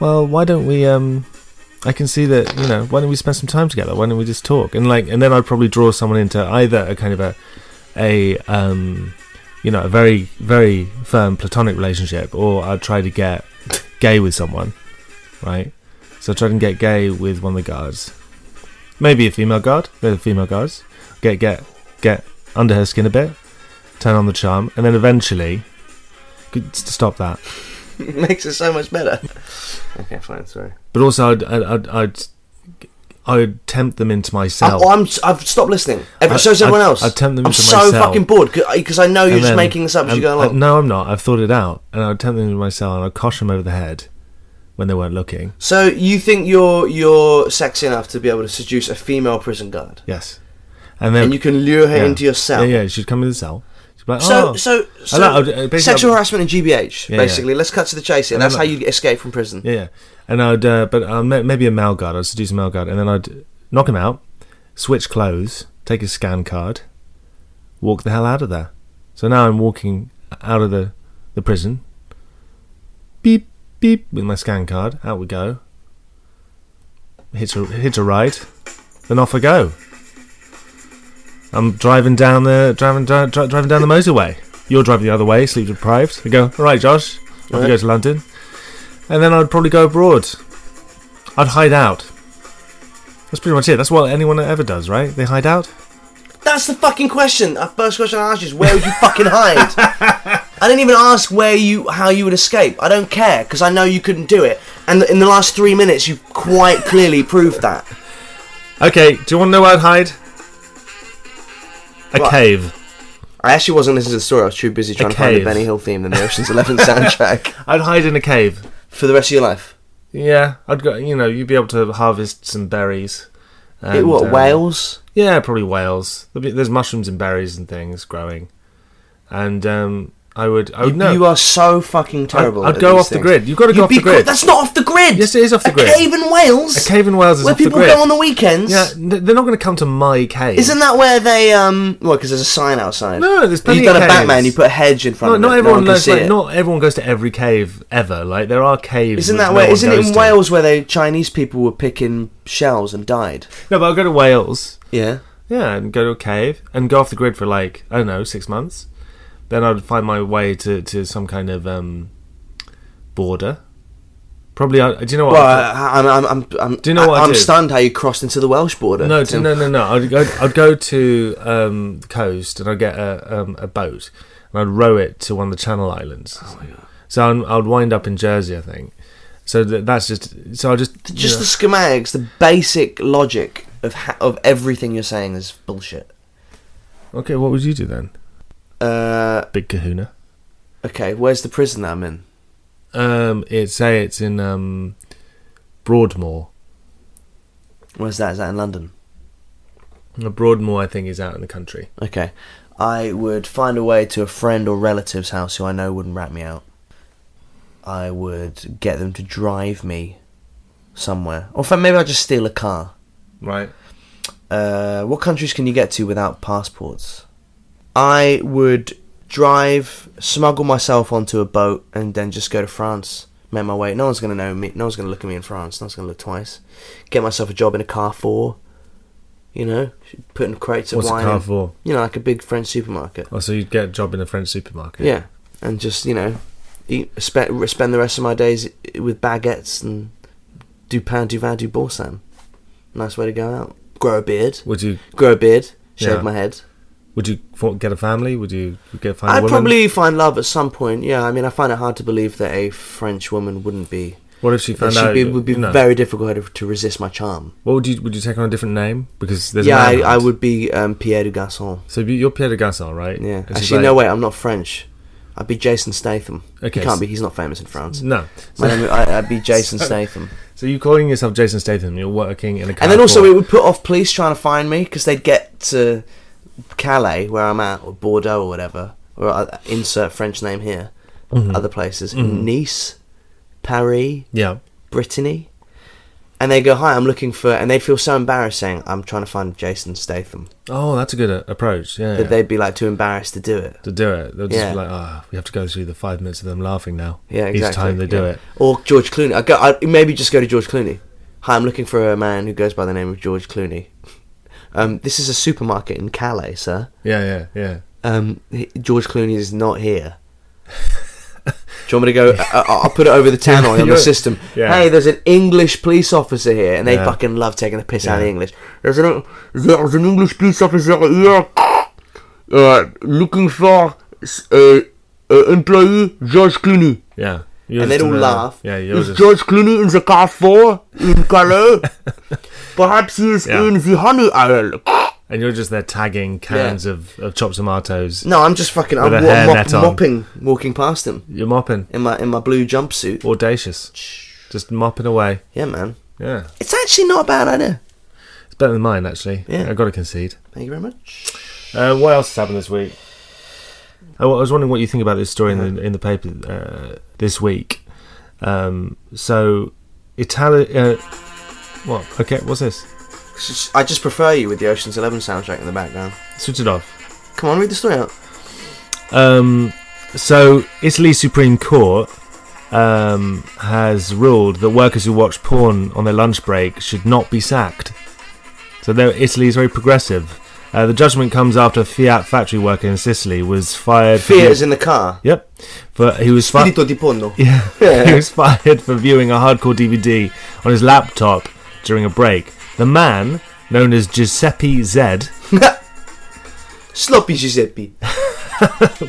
Speaker 2: Well, why don't we? Um, I can see that you know. Why don't we spend some time together? Why don't we just talk? And like, and then I'd probably draw someone into either a kind of a, a um, you know, a very very firm platonic relationship, or I'd try to get gay with someone, right? So I tried and get gay with one of the guards, maybe a female guard. They're the female guards. Get get get under her skin a bit, turn on the charm, and then eventually, Good, s- stop that.
Speaker 1: It makes it so much better. Okay, fine. Sorry.
Speaker 2: But also, I'd I'd I'd, I'd, I'd tempt them into myself.
Speaker 1: I'm, I'm, I've stopped listening. Ever,
Speaker 2: I-
Speaker 1: so has everyone
Speaker 2: I-
Speaker 1: else.
Speaker 2: I tempt them
Speaker 1: I'm
Speaker 2: to
Speaker 1: so
Speaker 2: myself.
Speaker 1: fucking bored because I know you're
Speaker 2: And
Speaker 1: just
Speaker 2: then-
Speaker 1: making this up as
Speaker 2: and-
Speaker 1: you go
Speaker 2: and-
Speaker 1: along.
Speaker 2: Um, no, I'm not. I've thought it out, and I'd tempt them into myself, and I'd cosh them over the head when they weren't looking.
Speaker 1: So you think you're you're sexy enough to be able to seduce a female prison guard,
Speaker 2: Yes, and then
Speaker 1: and you can lure her
Speaker 2: yeah.
Speaker 1: into your cell?
Speaker 2: Yeah, yeah. She'd come in the cell. She'd be like,
Speaker 1: So,
Speaker 2: oh.
Speaker 1: so, so
Speaker 2: like- I would- uh, basically
Speaker 1: sexual
Speaker 2: I'd-
Speaker 1: harassment in GBH,
Speaker 2: Yeah, yeah.
Speaker 1: basically. Let's cut to the chase here.
Speaker 2: And then
Speaker 1: That's how
Speaker 2: like-
Speaker 1: you escape from prison.
Speaker 2: Yeah, yeah. And I'd, uh, but uh, ma- maybe a male guard. I'd seduce a male guard, and then I'd knock him out, switch clothes, take his scan card, walk the hell out of there. So now I'm walking out of the, the prison. Beep beep with my scan card. Out we go. Hit a hit a ride, then off I go. I'm driving down the driving dri- dri- driving down the motorway. You're driving the other way, sleep deprived. I go, all right, Josh. Off we
Speaker 1: Right.
Speaker 2: go to London, and then I'd probably go abroad. I'd hide out. That's pretty much it. That's what anyone ever does, right? They hide out.
Speaker 1: That's the fucking question. Our first question I asked you is where would you fucking hide? I didn't even ask where you how you would escape. I don't care because I know you couldn't do it. And in the last three minutes, you've quite clearly proved that.
Speaker 2: Okay, do you want to know where I'd hide? A
Speaker 1: What?
Speaker 2: cave.
Speaker 1: I actually wasn't listening to the story. I was too busy trying to find a
Speaker 2: cave.
Speaker 1: Benny Hill theme in the Ocean's Eleven soundtrack
Speaker 2: I'd hide in a cave.
Speaker 1: for the rest of your life.
Speaker 2: Yeah, I'd go. You know, you'd be able to harvest some berries. And,
Speaker 1: it, what
Speaker 2: uh,
Speaker 1: Wales?
Speaker 2: Yeah, probably whales. There'd be- There's mushrooms and berries and things growing, and um, I would. I would know.
Speaker 1: You are so fucking terrible.
Speaker 2: I'd
Speaker 1: at
Speaker 2: go
Speaker 1: these
Speaker 2: off the
Speaker 1: things.
Speaker 2: grid. You've gotta go
Speaker 1: You'd
Speaker 2: off
Speaker 1: be
Speaker 2: the grid.
Speaker 1: caught- That's not off the grid.
Speaker 2: Yes, it is off the grid.
Speaker 1: A cave in Wales.
Speaker 2: a cave in Wales is
Speaker 1: where
Speaker 2: off the
Speaker 1: people
Speaker 2: grid.
Speaker 1: go on the weekends.
Speaker 2: yeah, n- they're not going to come to my cave.
Speaker 1: Isn't that where they um? Well, because there's a sign outside.
Speaker 2: No, there's plenty
Speaker 1: You've done
Speaker 2: of
Speaker 1: a Batman.
Speaker 2: caves.
Speaker 1: You put a hedge in front of
Speaker 2: No,
Speaker 1: it.
Speaker 2: not
Speaker 1: no
Speaker 2: everyone
Speaker 1: one can
Speaker 2: knows.
Speaker 1: see
Speaker 2: Like,
Speaker 1: it.
Speaker 2: not everyone goes to every cave ever. Like there are caves.
Speaker 1: Isn't
Speaker 2: which
Speaker 1: that
Speaker 2: no
Speaker 1: where?
Speaker 2: one
Speaker 1: Isn't it
Speaker 2: goes
Speaker 1: in
Speaker 2: to.
Speaker 1: Wales where they Chinese people were picking shells and died?
Speaker 2: No, but I'll go to Wales.
Speaker 1: Yeah.
Speaker 2: Yeah, and go to a cave and go off the grid for like I don't know six months. Then I'd find my way to, to some kind of um, border. Probably, I, do you know what?
Speaker 1: Well, I, I'm, I'm, I'm, I'm,
Speaker 2: Do you know what I
Speaker 1: I'm
Speaker 2: do?
Speaker 1: stunned how you crossed into the Welsh border.
Speaker 2: no,
Speaker 1: Tim.
Speaker 2: no, no, no. I'd go, I'd go to um, the coast and I'd get a, um, a boat and I'd row it to one of the Channel Islands. Oh my god! So I'm, I'd wind up in Jersey, I think. So th- that's just so I just
Speaker 1: Just
Speaker 2: you
Speaker 1: the
Speaker 2: know-
Speaker 1: schematics, the basic logic of ha- of everything you're saying is bullshit.
Speaker 2: okay. What would you do then,
Speaker 1: Uh,
Speaker 2: Big Kahuna?
Speaker 1: okay, where's the prison that I'm in?
Speaker 2: Um, it say it's in um, Broadmoor.
Speaker 1: Where's that? Is that in London?
Speaker 2: Uh,
Speaker 1: Mm.
Speaker 2: Broadmoor, I think, is out in the country.
Speaker 1: Okay. I would find a way to a friend or relative's house who I know wouldn't rat me out. I would get them to drive me somewhere. Or in fact, maybe I'd just steal a car.
Speaker 2: Right.
Speaker 1: Uh, what countries can you get to without passports? I would drive, smuggle myself onto a boat, and then just go to France. Make my way. No one's gonna know me. No one's gonna look at me in France. No one's gonna look twice. Get myself a job in a car for, you know, putting crates of
Speaker 2: What's
Speaker 1: wine.
Speaker 2: a car
Speaker 1: in-
Speaker 2: for?
Speaker 1: you know, like a big French supermarket.
Speaker 2: Oh, so you'd get a job in a French supermarket.
Speaker 1: Yeah, and just you know, eat, spend spend the rest of my days i- with baguettes and du pain du vin du boursin. Nice way to go out. Grow a beard.
Speaker 2: Would you?
Speaker 1: Grow a beard. Shave
Speaker 2: Yeah.
Speaker 1: my head.
Speaker 2: Would you fo- get a family? Would you get find a
Speaker 1: I'd
Speaker 2: woman?
Speaker 1: probably find love at some point. Yeah, I mean, I find it hard to believe that a French woman wouldn't be.
Speaker 2: What if she
Speaker 1: That
Speaker 2: found
Speaker 1: she'd
Speaker 2: out?
Speaker 1: be, would be
Speaker 2: you know,
Speaker 1: very difficult to resist my charm.
Speaker 2: What would you would you take on a different name because there's
Speaker 1: yeah,
Speaker 2: a
Speaker 1: I,
Speaker 2: manhunt.
Speaker 1: I would be um, Pierre de Garçon.
Speaker 2: So you- you're Pierre de Gasson, right?
Speaker 1: Yeah,
Speaker 2: And she's
Speaker 1: actually,
Speaker 2: like-
Speaker 1: no, wait, I'm not French. I'd be Jason Statham.
Speaker 2: Okay,
Speaker 1: he can't
Speaker 2: so-
Speaker 1: be. He's not famous in France.
Speaker 2: No.
Speaker 1: My
Speaker 2: So,
Speaker 1: name, I, I'd be Jason Statham.
Speaker 2: so you're calling yourself Jason Statham? You're working in a car
Speaker 1: And then also,
Speaker 2: for-
Speaker 1: it would put off police trying to find me because they'd get to Calais, where I'm at, or Bordeaux, or whatever, or I- insert French name here,
Speaker 2: Mm-hmm.
Speaker 1: other places, Nice, Paris,
Speaker 2: yeah.
Speaker 1: Brittany, and they go, "Hi, I'm looking for," and they'd feel so embarrassed saying, "I'm trying to find Jason Statham,"
Speaker 2: Oh, that's a good uh, approach. Yeah.
Speaker 1: that they'd be like too embarrassed to do it.
Speaker 2: to do it, they'll just
Speaker 1: Yeah.
Speaker 2: be like, "Ah, we have to go through the five minutes of them laughing now."
Speaker 1: Yeah, exactly.
Speaker 2: Each time they do
Speaker 1: yeah.
Speaker 2: it.
Speaker 1: Or George Clooney. I go. I maybe just go to George Clooney. Hi, I'm looking for a man who goes by the name of George Clooney. Um, this is a supermarket in Calais, sir.
Speaker 2: Yeah, yeah, yeah.
Speaker 1: Um, he- George Clooney is not here. Do you want me to go? I, I- I'll put it over the tannoy on the
Speaker 2: You're-
Speaker 1: system.
Speaker 2: yeah.
Speaker 1: Hey, there's an English police officer here, and they
Speaker 2: Yeah.
Speaker 1: fucking love taking the piss out of the
Speaker 2: Yeah.
Speaker 1: English. There's an, there's an English police officer here uh, looking for uh, uh, employee George Clooney.
Speaker 2: Yeah. Yours
Speaker 1: And they'd
Speaker 2: is
Speaker 1: all
Speaker 2: another-
Speaker 1: laugh.
Speaker 2: Yeah,
Speaker 1: is
Speaker 2: yours is
Speaker 1: George Clooney in the car 4 in Calais? Perhaps he is
Speaker 2: Yeah.
Speaker 1: in the honey aisle.
Speaker 2: and you're just there tagging cans of, of chopped tomatoes.
Speaker 1: No, I'm just fucking.
Speaker 2: With
Speaker 1: I'm
Speaker 2: a
Speaker 1: wa- mop,
Speaker 2: hairnet on.
Speaker 1: mopping, walking past him
Speaker 2: You're mopping.
Speaker 1: in my in my blue jumpsuit.
Speaker 2: Audacious. Just mopping away.
Speaker 1: Yeah, man.
Speaker 2: Yeah.
Speaker 1: It's actually not a bad idea.
Speaker 2: It's better than mine actually.
Speaker 1: Yeah.
Speaker 2: I've got to concede.
Speaker 1: Thank you very much.
Speaker 2: Uh, what else has happened this week? Oh, I wa- I was wondering what you think about this story in the in the paper uh, this week. Um, so, Itali Uh, what? Okay, what's this?
Speaker 1: I just prefer you with the Ocean's Eleven soundtrack in the background.
Speaker 2: Switch it off.
Speaker 1: Come on, read the story out.
Speaker 2: Um, so, Italy's Supreme Court um, has ruled that workers who watch porn on their lunch break should not be sacked. So, there- Italy is very progressive. Uh, the judgment comes after a Fiat factory worker in Sicily was fired. for-
Speaker 1: Fear is in the car.
Speaker 2: Yep. But he was fired.
Speaker 1: Spirito di Pondo.
Speaker 2: Yeah.
Speaker 1: Yeah.
Speaker 2: he was fired for viewing a hardcore DVD on his laptop during a break. The man, known as Giuseppe Z,
Speaker 1: Sloppy Giuseppe.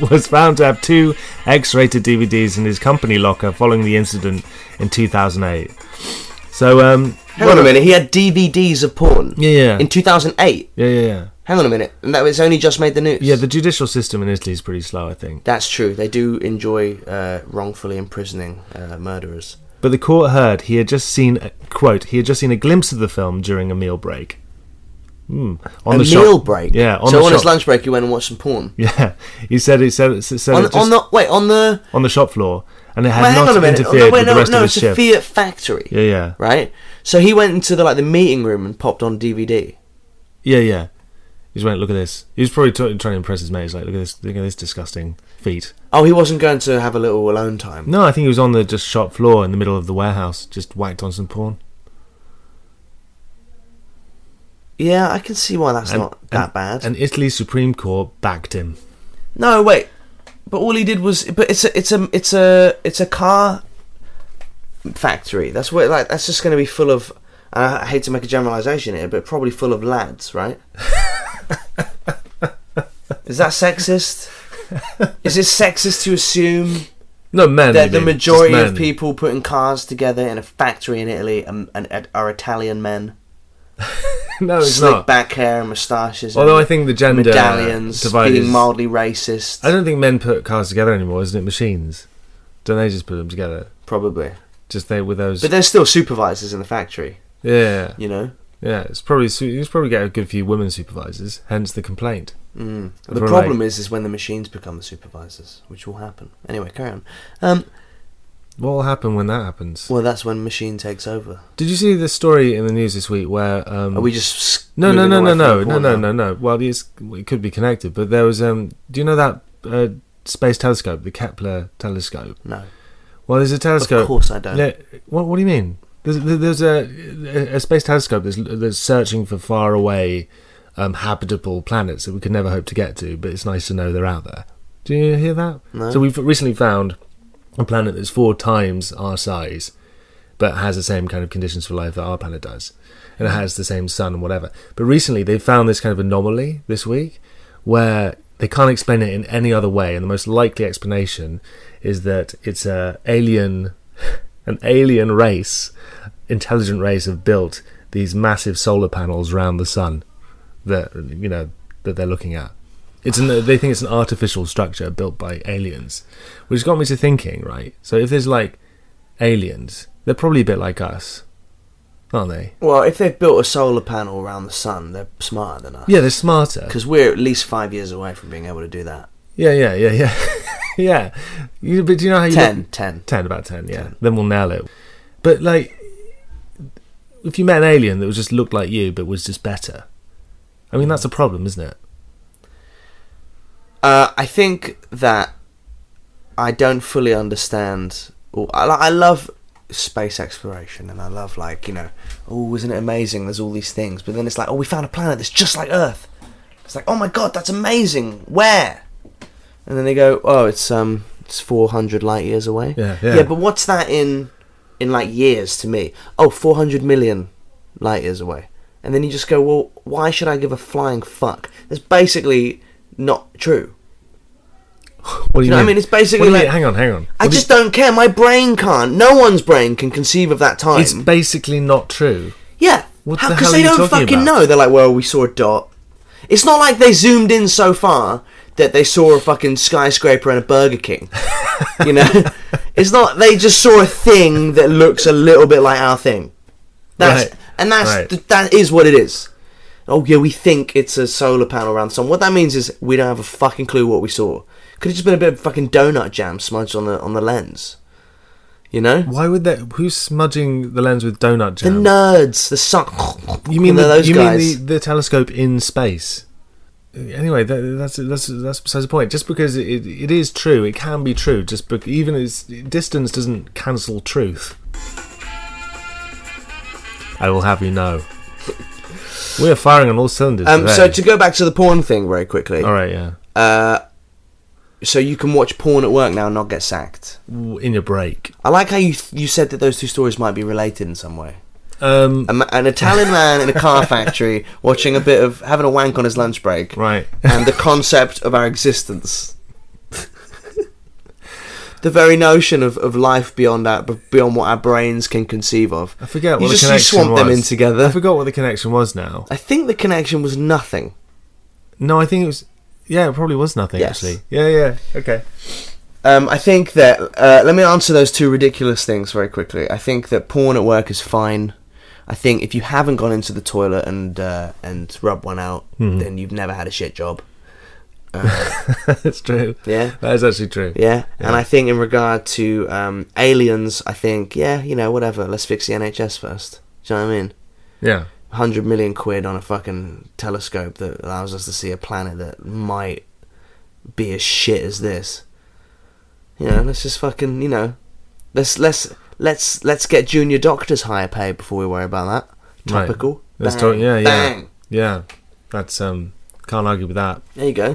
Speaker 2: was found to have two X rated DVDs in his company locker following the incident in 2008. So, um.
Speaker 1: Hang on a minute. He had DVDs of porn.
Speaker 2: Yeah, yeah.
Speaker 1: In 2008.
Speaker 2: Yeah, yeah, yeah.
Speaker 1: Hang on a minute. And that was only just made the news.
Speaker 2: Yeah, the judicial system in Italy is pretty slow, I think.
Speaker 1: That's true. They do enjoy uh, wrongfully imprisoning uh, murderers.
Speaker 2: But the court heard he had just seen, a, quote, he had just seen a glimpse of the film during a meal break. Hmm. On
Speaker 1: a
Speaker 2: the shop-
Speaker 1: meal break.
Speaker 2: Yeah, on
Speaker 1: so
Speaker 2: the
Speaker 1: on his
Speaker 2: shop-
Speaker 1: lunch break, he went and watched some porn.
Speaker 2: Yeah, he said he said, said
Speaker 1: On,
Speaker 2: it just-
Speaker 1: on the wait on the.
Speaker 2: on the shop floor, and it had
Speaker 1: Well, hang
Speaker 2: not
Speaker 1: on a minute.
Speaker 2: interfered
Speaker 1: No, wait,
Speaker 2: with
Speaker 1: no,
Speaker 2: the rest
Speaker 1: no,
Speaker 2: of his
Speaker 1: it's a
Speaker 2: shift.
Speaker 1: Fiat factory,
Speaker 2: yeah, yeah,
Speaker 1: right? So he went into the like the meeting room and popped on DVD.
Speaker 2: yeah, yeah. He just went, look at this. He was probably t- trying to impress his mates. Like, look at this, look at this disgusting feat.
Speaker 1: Oh, he wasn't going to have a little alone time.
Speaker 2: No, I think he was on the just shop floor in the middle of the warehouse, just whacked on some porn.
Speaker 1: Yeah, I can see why that's not that
Speaker 2: and-
Speaker 1: bad.
Speaker 2: And Italy's Supreme Court backed him.
Speaker 1: no, wait. But all he did was, but it's a, it's a, it's a, it's a car factory. That's where, like, that's just going to be full of. And I hate to make a generalization here, but probably full of lads, right? Is that sexist? Is it sexist to assume
Speaker 2: No men.
Speaker 1: that
Speaker 2: maybe,
Speaker 1: the
Speaker 2: just
Speaker 1: majority of
Speaker 2: men.
Speaker 1: people putting cars together in a factory in Italy and, and, and are Italian men,
Speaker 2: no, it's
Speaker 1: slick
Speaker 2: not.
Speaker 1: back hair and moustaches.
Speaker 2: Although
Speaker 1: and
Speaker 2: I think the gender
Speaker 1: medallions,
Speaker 2: divide
Speaker 1: being
Speaker 2: is-
Speaker 1: mildly racist,
Speaker 2: I don't think men put cars together anymore, isn't it? Machines. Don't they just put them together?
Speaker 1: probably.
Speaker 2: Just they with those.
Speaker 1: But there's still supervisors in the factory,
Speaker 2: yeah.
Speaker 1: you know.
Speaker 2: Yeah, it's probably su- you probably get a good few women supervisors, hence the complaint.
Speaker 1: Mm. The
Speaker 2: Everyone
Speaker 1: problem is, is when the machines become the supervisors, which will happen. Anyway, carry on. Um,
Speaker 2: What will happen when that happens?
Speaker 1: well, that's when machine takes over.
Speaker 2: Did you see the story in the news this week where? Um,
Speaker 1: Are we just s-
Speaker 2: no, no,
Speaker 1: moving
Speaker 2: no, no,
Speaker 1: away
Speaker 2: no,
Speaker 1: from
Speaker 2: no,
Speaker 1: porn
Speaker 2: no,
Speaker 1: now?
Speaker 2: no, no. Well, it's, it could be connected, but there was. Um, do you know that uh, space telescope, the Kepler telescope?
Speaker 1: no.
Speaker 2: Well, there's a telescope.
Speaker 1: course I don't.
Speaker 2: Yeah, what, what do you mean? There's, there's a, a space telescope that's, that's searching for far away um, habitable planets that we could never hope to get to, but it's nice to know they're out there. Do you hear that?
Speaker 1: No.
Speaker 2: So we've recently found a planet that's four times our size, but has the same kind of conditions for life that our planet does, and it has the same sun and whatever. But recently they found this kind of anomaly this week, where they can't explain it in any other way, and the most likely explanation is that it's a alien, an alien race, intelligent race have built these massive solar panels round the sun that you know that they're looking at. It's an, they think it's an artificial structure built by aliens, which got me to thinking. Right, so if there's like aliens, they're probably a bit like us, aren't they?
Speaker 1: Well, if they've built a solar panel around the sun, they're smarter than us.
Speaker 2: Yeah, they're smarter.
Speaker 1: Because we're at least five years away from being able to do that.
Speaker 2: Yeah, yeah, yeah, yeah, yeah. You, but do you know how you
Speaker 1: Ten,
Speaker 2: look-
Speaker 1: ten.
Speaker 2: ten about ten, yeah. Then we'll nail it. But like, if you met an alien that was just looked like you but was just better, I mean that's a problem, isn't it?
Speaker 1: Uh, I think that I don't fully understand. or- I, I love space exploration, and I love like you know, oh, isn't it amazing? There's all these things, but then it's like, oh, we found a planet that's just like Earth. It's like, oh my god, that's amazing. Where? And then they go, oh, it's um, it's 400 light years away.
Speaker 2: Yeah, yeah.
Speaker 1: but what's that in in like years to me? Oh, 400 million light years away. And then you just go, well, why should I give a flying fuck? That's basically not true.
Speaker 2: What do you,
Speaker 1: know what I mean? It's basically
Speaker 2: What do you
Speaker 1: like-
Speaker 2: mean? hang on, hang on.
Speaker 1: I
Speaker 2: What do you-
Speaker 1: just don't care. My brain can't. No one's brain can conceive of that time.
Speaker 2: it's basically not true.
Speaker 1: yeah.
Speaker 2: What
Speaker 1: How-
Speaker 2: the hell
Speaker 1: they
Speaker 2: are you
Speaker 1: don't
Speaker 2: talking
Speaker 1: fucking
Speaker 2: about?
Speaker 1: know. They're like, well, we saw a dot. It's not like they zoomed in so far that they saw a fucking skyscraper and a Burger King. you know? It's not. They just saw a thing that looks a little bit like our thing. That's
Speaker 2: Right.
Speaker 1: and that's
Speaker 2: Right.
Speaker 1: th- that is what it is. Oh yeah, we think it's a solar panel around the sun. What that means is we don't have a fucking clue what we saw. Could have just been a bit of fucking donut jam smudged on the on the lens. You know?
Speaker 2: Why would that? Who's smudging the lens with donut
Speaker 1: The
Speaker 2: jam?
Speaker 1: nerds, the suck.
Speaker 2: you mean
Speaker 1: know,
Speaker 2: the,
Speaker 1: those
Speaker 2: you
Speaker 1: guys?
Speaker 2: mean the, the telescope in space? Anyway, that, that's that's that's besides the point. Just because it, it, it is true, it can be true. Just bec even its distance doesn't cancel truth. I will have you know, we are firing on all cylinders.
Speaker 1: um,
Speaker 2: today.
Speaker 1: so to go back to the porn thing very quickly.
Speaker 2: all right, yeah,
Speaker 1: So you can watch porn at work now and not get sacked.
Speaker 2: W- in your break.
Speaker 1: I like how you you said that those two stories might be related in some way.
Speaker 2: Um,
Speaker 1: A ma- an Italian man in a car factory watching a bit of having a wank on his lunch break.
Speaker 2: right.
Speaker 1: and the concept of our existence. the very notion of, of life beyond our, beyond what our brains can conceive of.
Speaker 2: I forget
Speaker 1: you
Speaker 2: what
Speaker 1: just
Speaker 2: the
Speaker 1: you
Speaker 2: connection
Speaker 1: swamp them
Speaker 2: was.
Speaker 1: in
Speaker 2: I
Speaker 1: together.
Speaker 2: forgot what the connection was now.
Speaker 1: I think the connection was nothing.
Speaker 2: No, I think it was. Yeah, it probably was nothing
Speaker 1: Yes.
Speaker 2: actually. Yeah, yeah. Okay.
Speaker 1: Um, I think that uh, let me answer those two ridiculous things very quickly. I think that porn at work is fine. I think if you haven't gone into the toilet and uh, and rubbed one out, then you've never had a shit job.
Speaker 2: That's true.
Speaker 1: Yeah.
Speaker 2: That is actually true.
Speaker 1: Yeah. And I think in regard to um, aliens, I think, yeah, you know, whatever, let's fix the NHS first. Do you know what I mean?
Speaker 2: Yeah.
Speaker 1: 100 million quid on a fucking telescope that allows us to see a planet that might be as shit as this. You know, let's just fucking, you know, let's let's let's let's get junior doctors higher pay before we worry about that.
Speaker 2: Right.
Speaker 1: Topical.
Speaker 2: Let's
Speaker 1: Bang,
Speaker 2: talk. Yeah, yeah,
Speaker 1: bang.
Speaker 2: yeah. That's um. Can't argue with that.
Speaker 1: There you go.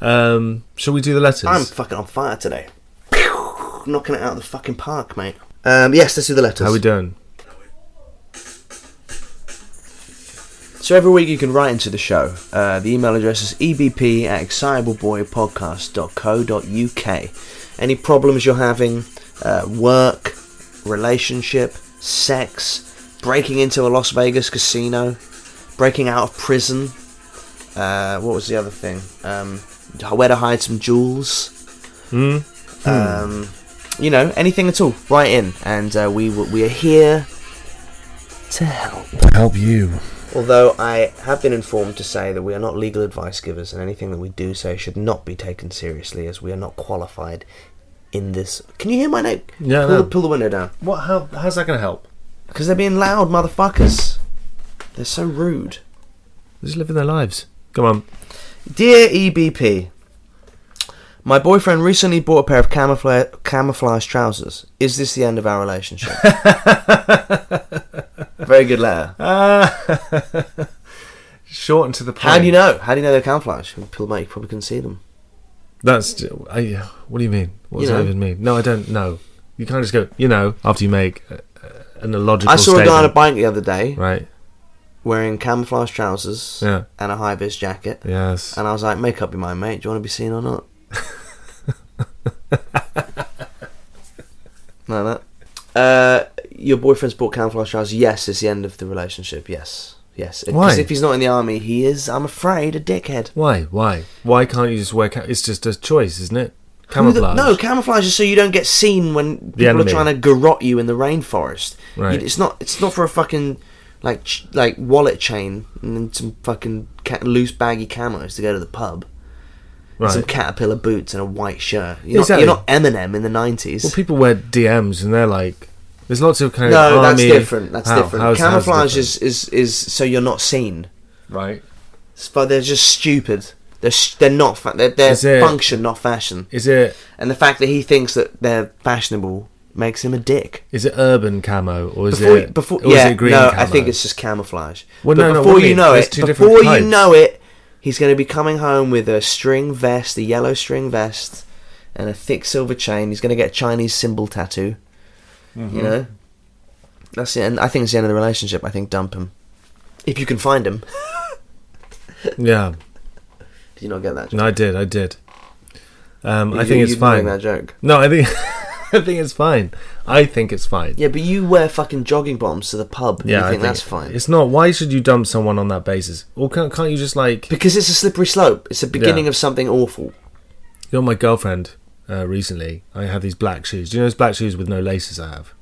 Speaker 2: Um. Shall we do the letters?
Speaker 1: I'm fucking on fire today. Pew! Knocking it out of the fucking park, mate. Um, yes, let's do the letters.
Speaker 2: How we doing?
Speaker 1: So every week you can write into the show. Uh, the email address is ebp at excitablepodcast.co.uk. Any problems you're having, uh, work, relationship, sex, breaking into a Las Vegas casino, breaking out of prison. Uh, what was the other thing? Um, where to hide some jewels.
Speaker 2: Hmm?
Speaker 1: Um, you know, anything at all, right in. And uh, we, w- we are here to help.
Speaker 2: Help you.
Speaker 1: Although I have been informed to say that we are not legal advice givers, and anything that we do say should not be taken seriously, as we are not qualified in this. Can you hear my name?
Speaker 2: Yeah, I
Speaker 1: pull,
Speaker 2: know.
Speaker 1: the, pull the window down,
Speaker 2: What? How? How's that going to help?
Speaker 1: because they're being loud, motherfuckers. They're so rude.
Speaker 2: They're just living their lives. Come on.
Speaker 1: Dear EBP, my boyfriend recently bought a pair of camoufla- camouflage trousers. Is this the end of our relationship? Very good letter.
Speaker 2: Short and to the point.
Speaker 1: How do you know? How do you know they're camouflage? People might you probably couldn't see them.
Speaker 2: That's. I, what do you mean? What
Speaker 1: You
Speaker 2: does that
Speaker 1: know.
Speaker 2: even mean? No, I don't know. You can't just go. You know, after you make uh, an illogical.
Speaker 1: I saw a
Speaker 2: statement,
Speaker 1: guy on a bike the other day
Speaker 2: Right.
Speaker 1: wearing camouflage trousers
Speaker 2: Yeah.
Speaker 1: and a high vis jacket.
Speaker 2: Yes.
Speaker 1: And I was like, make up your mind, mate. Do you want to be seen or not? like that. Uh, your boyfriend's bought camouflage trousers. Yes, it's the end of the relationship. Yes. Yes.
Speaker 2: Why?
Speaker 1: Because if he's not in the army, he is, I'm afraid, a dickhead.
Speaker 2: Why? Why? Why can't you just wear? Ca- it's just a choice, isn't it?
Speaker 1: Who the-
Speaker 2: Camouflage.
Speaker 1: no, camouflage is so you don't get seen when people are
Speaker 2: enemy.
Speaker 1: trying to garrot you in the rainforest. You-
Speaker 2: Right.
Speaker 1: it's not. It's not for a fucking like ch- like wallet chain and then some fucking ca- loose baggy camos to go to the pub.
Speaker 2: Right.
Speaker 1: Some caterpillar boots and a white shirt. You're,
Speaker 2: Exactly.
Speaker 1: not, you're not Eminem in the nineties.
Speaker 2: well, people wear DMs and they're like. There's lots of kind of
Speaker 1: no, that's
Speaker 2: army-
Speaker 1: different. That's
Speaker 2: How?
Speaker 1: different.
Speaker 2: How's- how's
Speaker 1: Camouflage
Speaker 2: different?
Speaker 1: is is is so you're not seen.
Speaker 2: right.
Speaker 1: It's- But they're just stupid. They're sh- they're not. Fa- they're they're
Speaker 2: Is it-
Speaker 1: function, not fashion.
Speaker 2: Is it
Speaker 1: And the fact that he thinks that they're fashionable makes him a dick.
Speaker 2: Is it urban camo or is
Speaker 1: before,
Speaker 2: it
Speaker 1: before
Speaker 2: or is
Speaker 1: yeah,
Speaker 2: it green
Speaker 1: no,
Speaker 2: camo?
Speaker 1: I think it's just camouflage.
Speaker 2: Well,
Speaker 1: but
Speaker 2: no, no,
Speaker 1: before
Speaker 2: what do
Speaker 1: you
Speaker 2: you
Speaker 1: know
Speaker 2: mean? There's
Speaker 1: it,
Speaker 2: two different
Speaker 1: before you
Speaker 2: types.
Speaker 1: know it, he's going to be coming home with a string vest, a yellow string vest, and a thick silver chain. He's going to get a Chinese symbol tattoo.
Speaker 2: Mm-hmm.
Speaker 1: You know, that's it. And I think it's the end of the relationship. I think dump him if you can find him.
Speaker 2: yeah.
Speaker 1: Did you not get that? Joke?
Speaker 2: No, I did. I did. Um, I
Speaker 1: You-
Speaker 2: think
Speaker 1: you
Speaker 2: it's
Speaker 1: didn't make
Speaker 2: fine.
Speaker 1: That joke.
Speaker 2: No, I think I think it's fine. I think it's fine.
Speaker 1: Yeah, but you wear fucking jogging bombs to the pub. Yeah, you
Speaker 2: I
Speaker 1: think,
Speaker 2: think
Speaker 1: that's fine.
Speaker 2: It's not. Why should you dump someone on that basis? Or can't, can't you just like?
Speaker 1: because it's a slippery slope. It's the beginning of something awful.
Speaker 2: You're my girlfriend. Uh, recently, I have these black shoes. Do you know those black shoes with no laces? I have.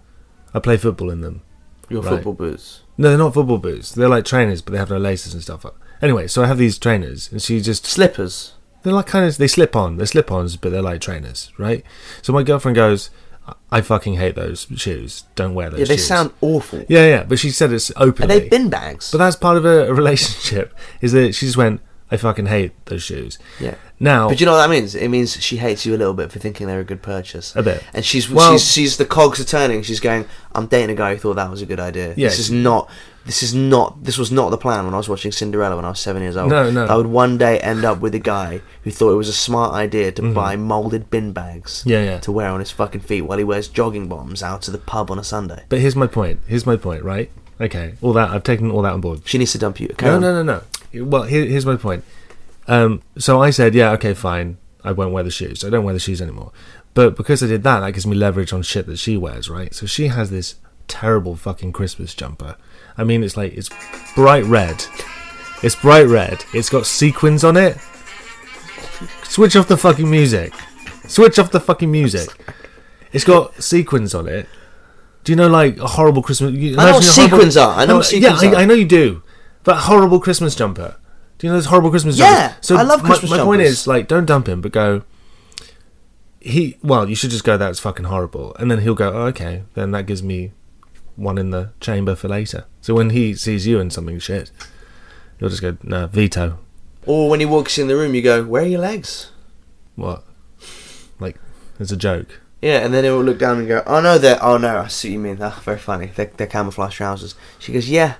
Speaker 2: I play football in them.
Speaker 1: Your
Speaker 2: Right.
Speaker 1: football boots.
Speaker 2: No, they're not football boots. They're like trainers, but they have no laces and stuff. Anyway, so I have these trainers, and she just
Speaker 1: Slippers.
Speaker 2: they're like kind of they slip on they're slip ons but they're like trainers right so my girlfriend goes "I- i fucking hate those shoes don't wear those
Speaker 1: Yeah, they
Speaker 2: shoes."
Speaker 1: sound awful.
Speaker 2: yeah yeah but she said it's
Speaker 1: And
Speaker 2: openly
Speaker 1: they've been bags.
Speaker 2: but that's part of a, a relationship is that she just went i fucking hate those shoes
Speaker 1: yeah.
Speaker 2: now
Speaker 1: But you know what that means? It means she hates you a little bit for thinking they're a good purchase.
Speaker 2: A bit.
Speaker 1: And she's
Speaker 2: Well-
Speaker 1: she's, she's the cogs are turning. She's going, I'm dating a guy who thought that was a good idea.
Speaker 2: Yeah,
Speaker 1: This is
Speaker 2: she-
Speaker 1: not this is not this was not the plan when I was watching Cinderella when I was seven years old.
Speaker 2: No, no.
Speaker 1: I would one day end up with a guy who thought it was a smart idea to buy molded bin bags
Speaker 2: Mm-hmm. Yeah, yeah.
Speaker 1: to wear on his fucking feet while he wears jogging bombs out to the pub on a Sunday.
Speaker 2: but here's my point here's my point right okay all that i've taken all that on board
Speaker 1: She needs to dump you.
Speaker 2: no no no no well here, here's my point um, so i said yeah okay fine i won't wear the shoes i don't wear the shoes anymore but because i did that that gives me leverage on shit that she wears right so she has this terrible fucking christmas jumper i mean it's like it's bright red it's bright red it's got sequins on it switch off the fucking music switch off the fucking music it's got sequins on it do you know like a horrible christmas
Speaker 1: I know what
Speaker 2: you imagine a horrible-
Speaker 1: sequins are. I know
Speaker 2: No,
Speaker 1: what sequins
Speaker 2: yeah,
Speaker 1: are.
Speaker 2: I, I know you do but horrible christmas jumper do you know those horrible christmas
Speaker 1: Yeah,
Speaker 2: jumpers? so
Speaker 1: I love
Speaker 2: my,
Speaker 1: Christmas
Speaker 2: my point
Speaker 1: jumpers.
Speaker 2: is like don't dump him but go he well you should just go that's fucking horrible and then he'll go oh, okay then that gives me one in the chamber for later so when he sees you in something shit he'll just go no veto
Speaker 1: Or when he walks in the room, you go, "Where are your legs?"
Speaker 2: what like it's a joke
Speaker 1: Yeah, and then he'll look down and go, "Oh no, they're oh no, I see what you mean. Oh, very funny. They're, they're camouflage trousers." She goes, "Yeah,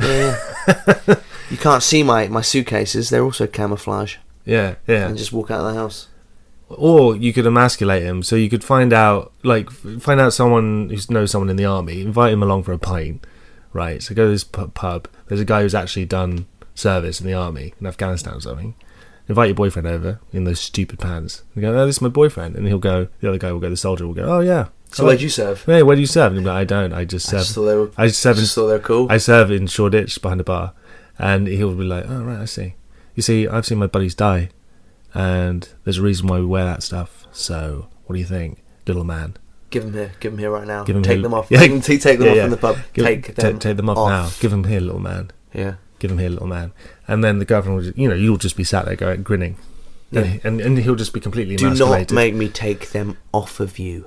Speaker 1: yeah." yeah." you can't see my my suitcases. They're also camouflage,
Speaker 2: yeah yeah
Speaker 1: and just walk out of the house.
Speaker 2: or you could emasculate him so you could find out like f- find out someone who knows someone in the army invite him along for a pint right so go to this pu- pub there's a guy who's actually done service in the army in afghanistan or something invite your boyfriend over in those stupid pants and go oh this is my boyfriend and he'll go the other guy will go the soldier will go oh yeah
Speaker 1: So where'd you serve?
Speaker 2: Hey, where do you serve? And I'm like, I don't. I just
Speaker 1: I
Speaker 2: serve.
Speaker 1: just thought they were.
Speaker 2: I serve in-
Speaker 1: just thought they were cool.
Speaker 2: I serve in Shoreditch behind a bar, and he'll be like, "Oh right, I see. You see, I've seen my buddies die, and there's a reason why we wear that stuff. So, what do you think, little man?
Speaker 1: give them here. Give them here right now.
Speaker 2: Give 'em
Speaker 1: take
Speaker 2: here-
Speaker 1: them off.
Speaker 2: Yeah.
Speaker 1: Take them, take them
Speaker 2: Yeah,
Speaker 1: off
Speaker 2: yeah.
Speaker 1: in the pub.
Speaker 2: Give-
Speaker 1: take them.
Speaker 2: take them off, now. Give them here, little man.
Speaker 1: now. Yeah.
Speaker 2: Give them here, little man." And then the girlfriend will, just, you know, you'll just be sat there going grinning, and, he- and and he'll just be completely
Speaker 1: Do not
Speaker 2: emasculated.
Speaker 1: make me take them off of you.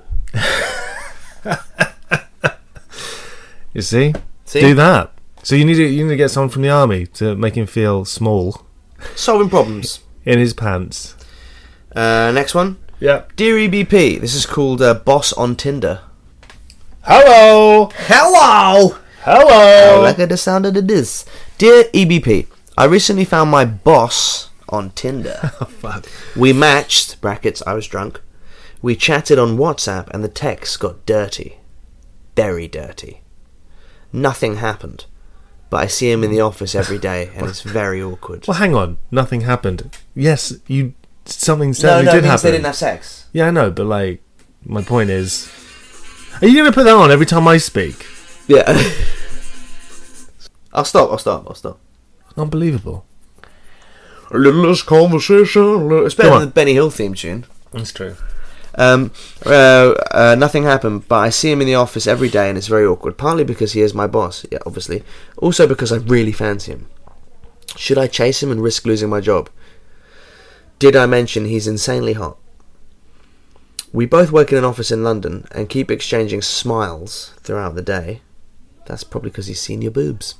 Speaker 2: you see?
Speaker 1: See?
Speaker 2: do that. So you need to you need to get someone from the army to make him feel small
Speaker 1: Solving problems.
Speaker 2: in his pants.
Speaker 1: Uh, next one.
Speaker 2: Yeah.
Speaker 1: Dear EBP, this is called uh, Boss on Tinder.
Speaker 2: Hello.
Speaker 1: Hello! I
Speaker 2: Hello.
Speaker 1: like the sound of the diss. Dear EBP, I recently found my boss on Tinder.
Speaker 2: Fuck.
Speaker 1: we matched, brackets, I was drunk. We chatted on WhatsApp and the texts got dirty. Very dirty. Nothing happened. But I see him in the office every day and it's very awkward.
Speaker 2: Well, hang on. Nothing happened. Yes, you. Something
Speaker 1: No,
Speaker 2: certainly
Speaker 1: no, it
Speaker 2: did
Speaker 1: means
Speaker 2: happen.
Speaker 1: they didn't have sex.
Speaker 2: yeah, I know, but like, my point is, are you going to put that on every time I speak?
Speaker 1: Yeah. I'll stop, I'll stop, I'll stop.
Speaker 2: Unbelievable.
Speaker 1: A little less conversation. It's better
Speaker 2: Go
Speaker 1: than
Speaker 2: on.
Speaker 1: the Benny Hill theme tune.
Speaker 2: That's true.
Speaker 1: Um, uh, uh, nothing happened, but I see him in the office every day, and it's very awkward. Partly because he is my boss, yeah, obviously. Also because I really fancy him. Should I chase him and risk losing my job? Did I mention he's insanely hot? We both work in an office in London and keep exchanging smiles throughout the day. That's probably because he's seen your boobs.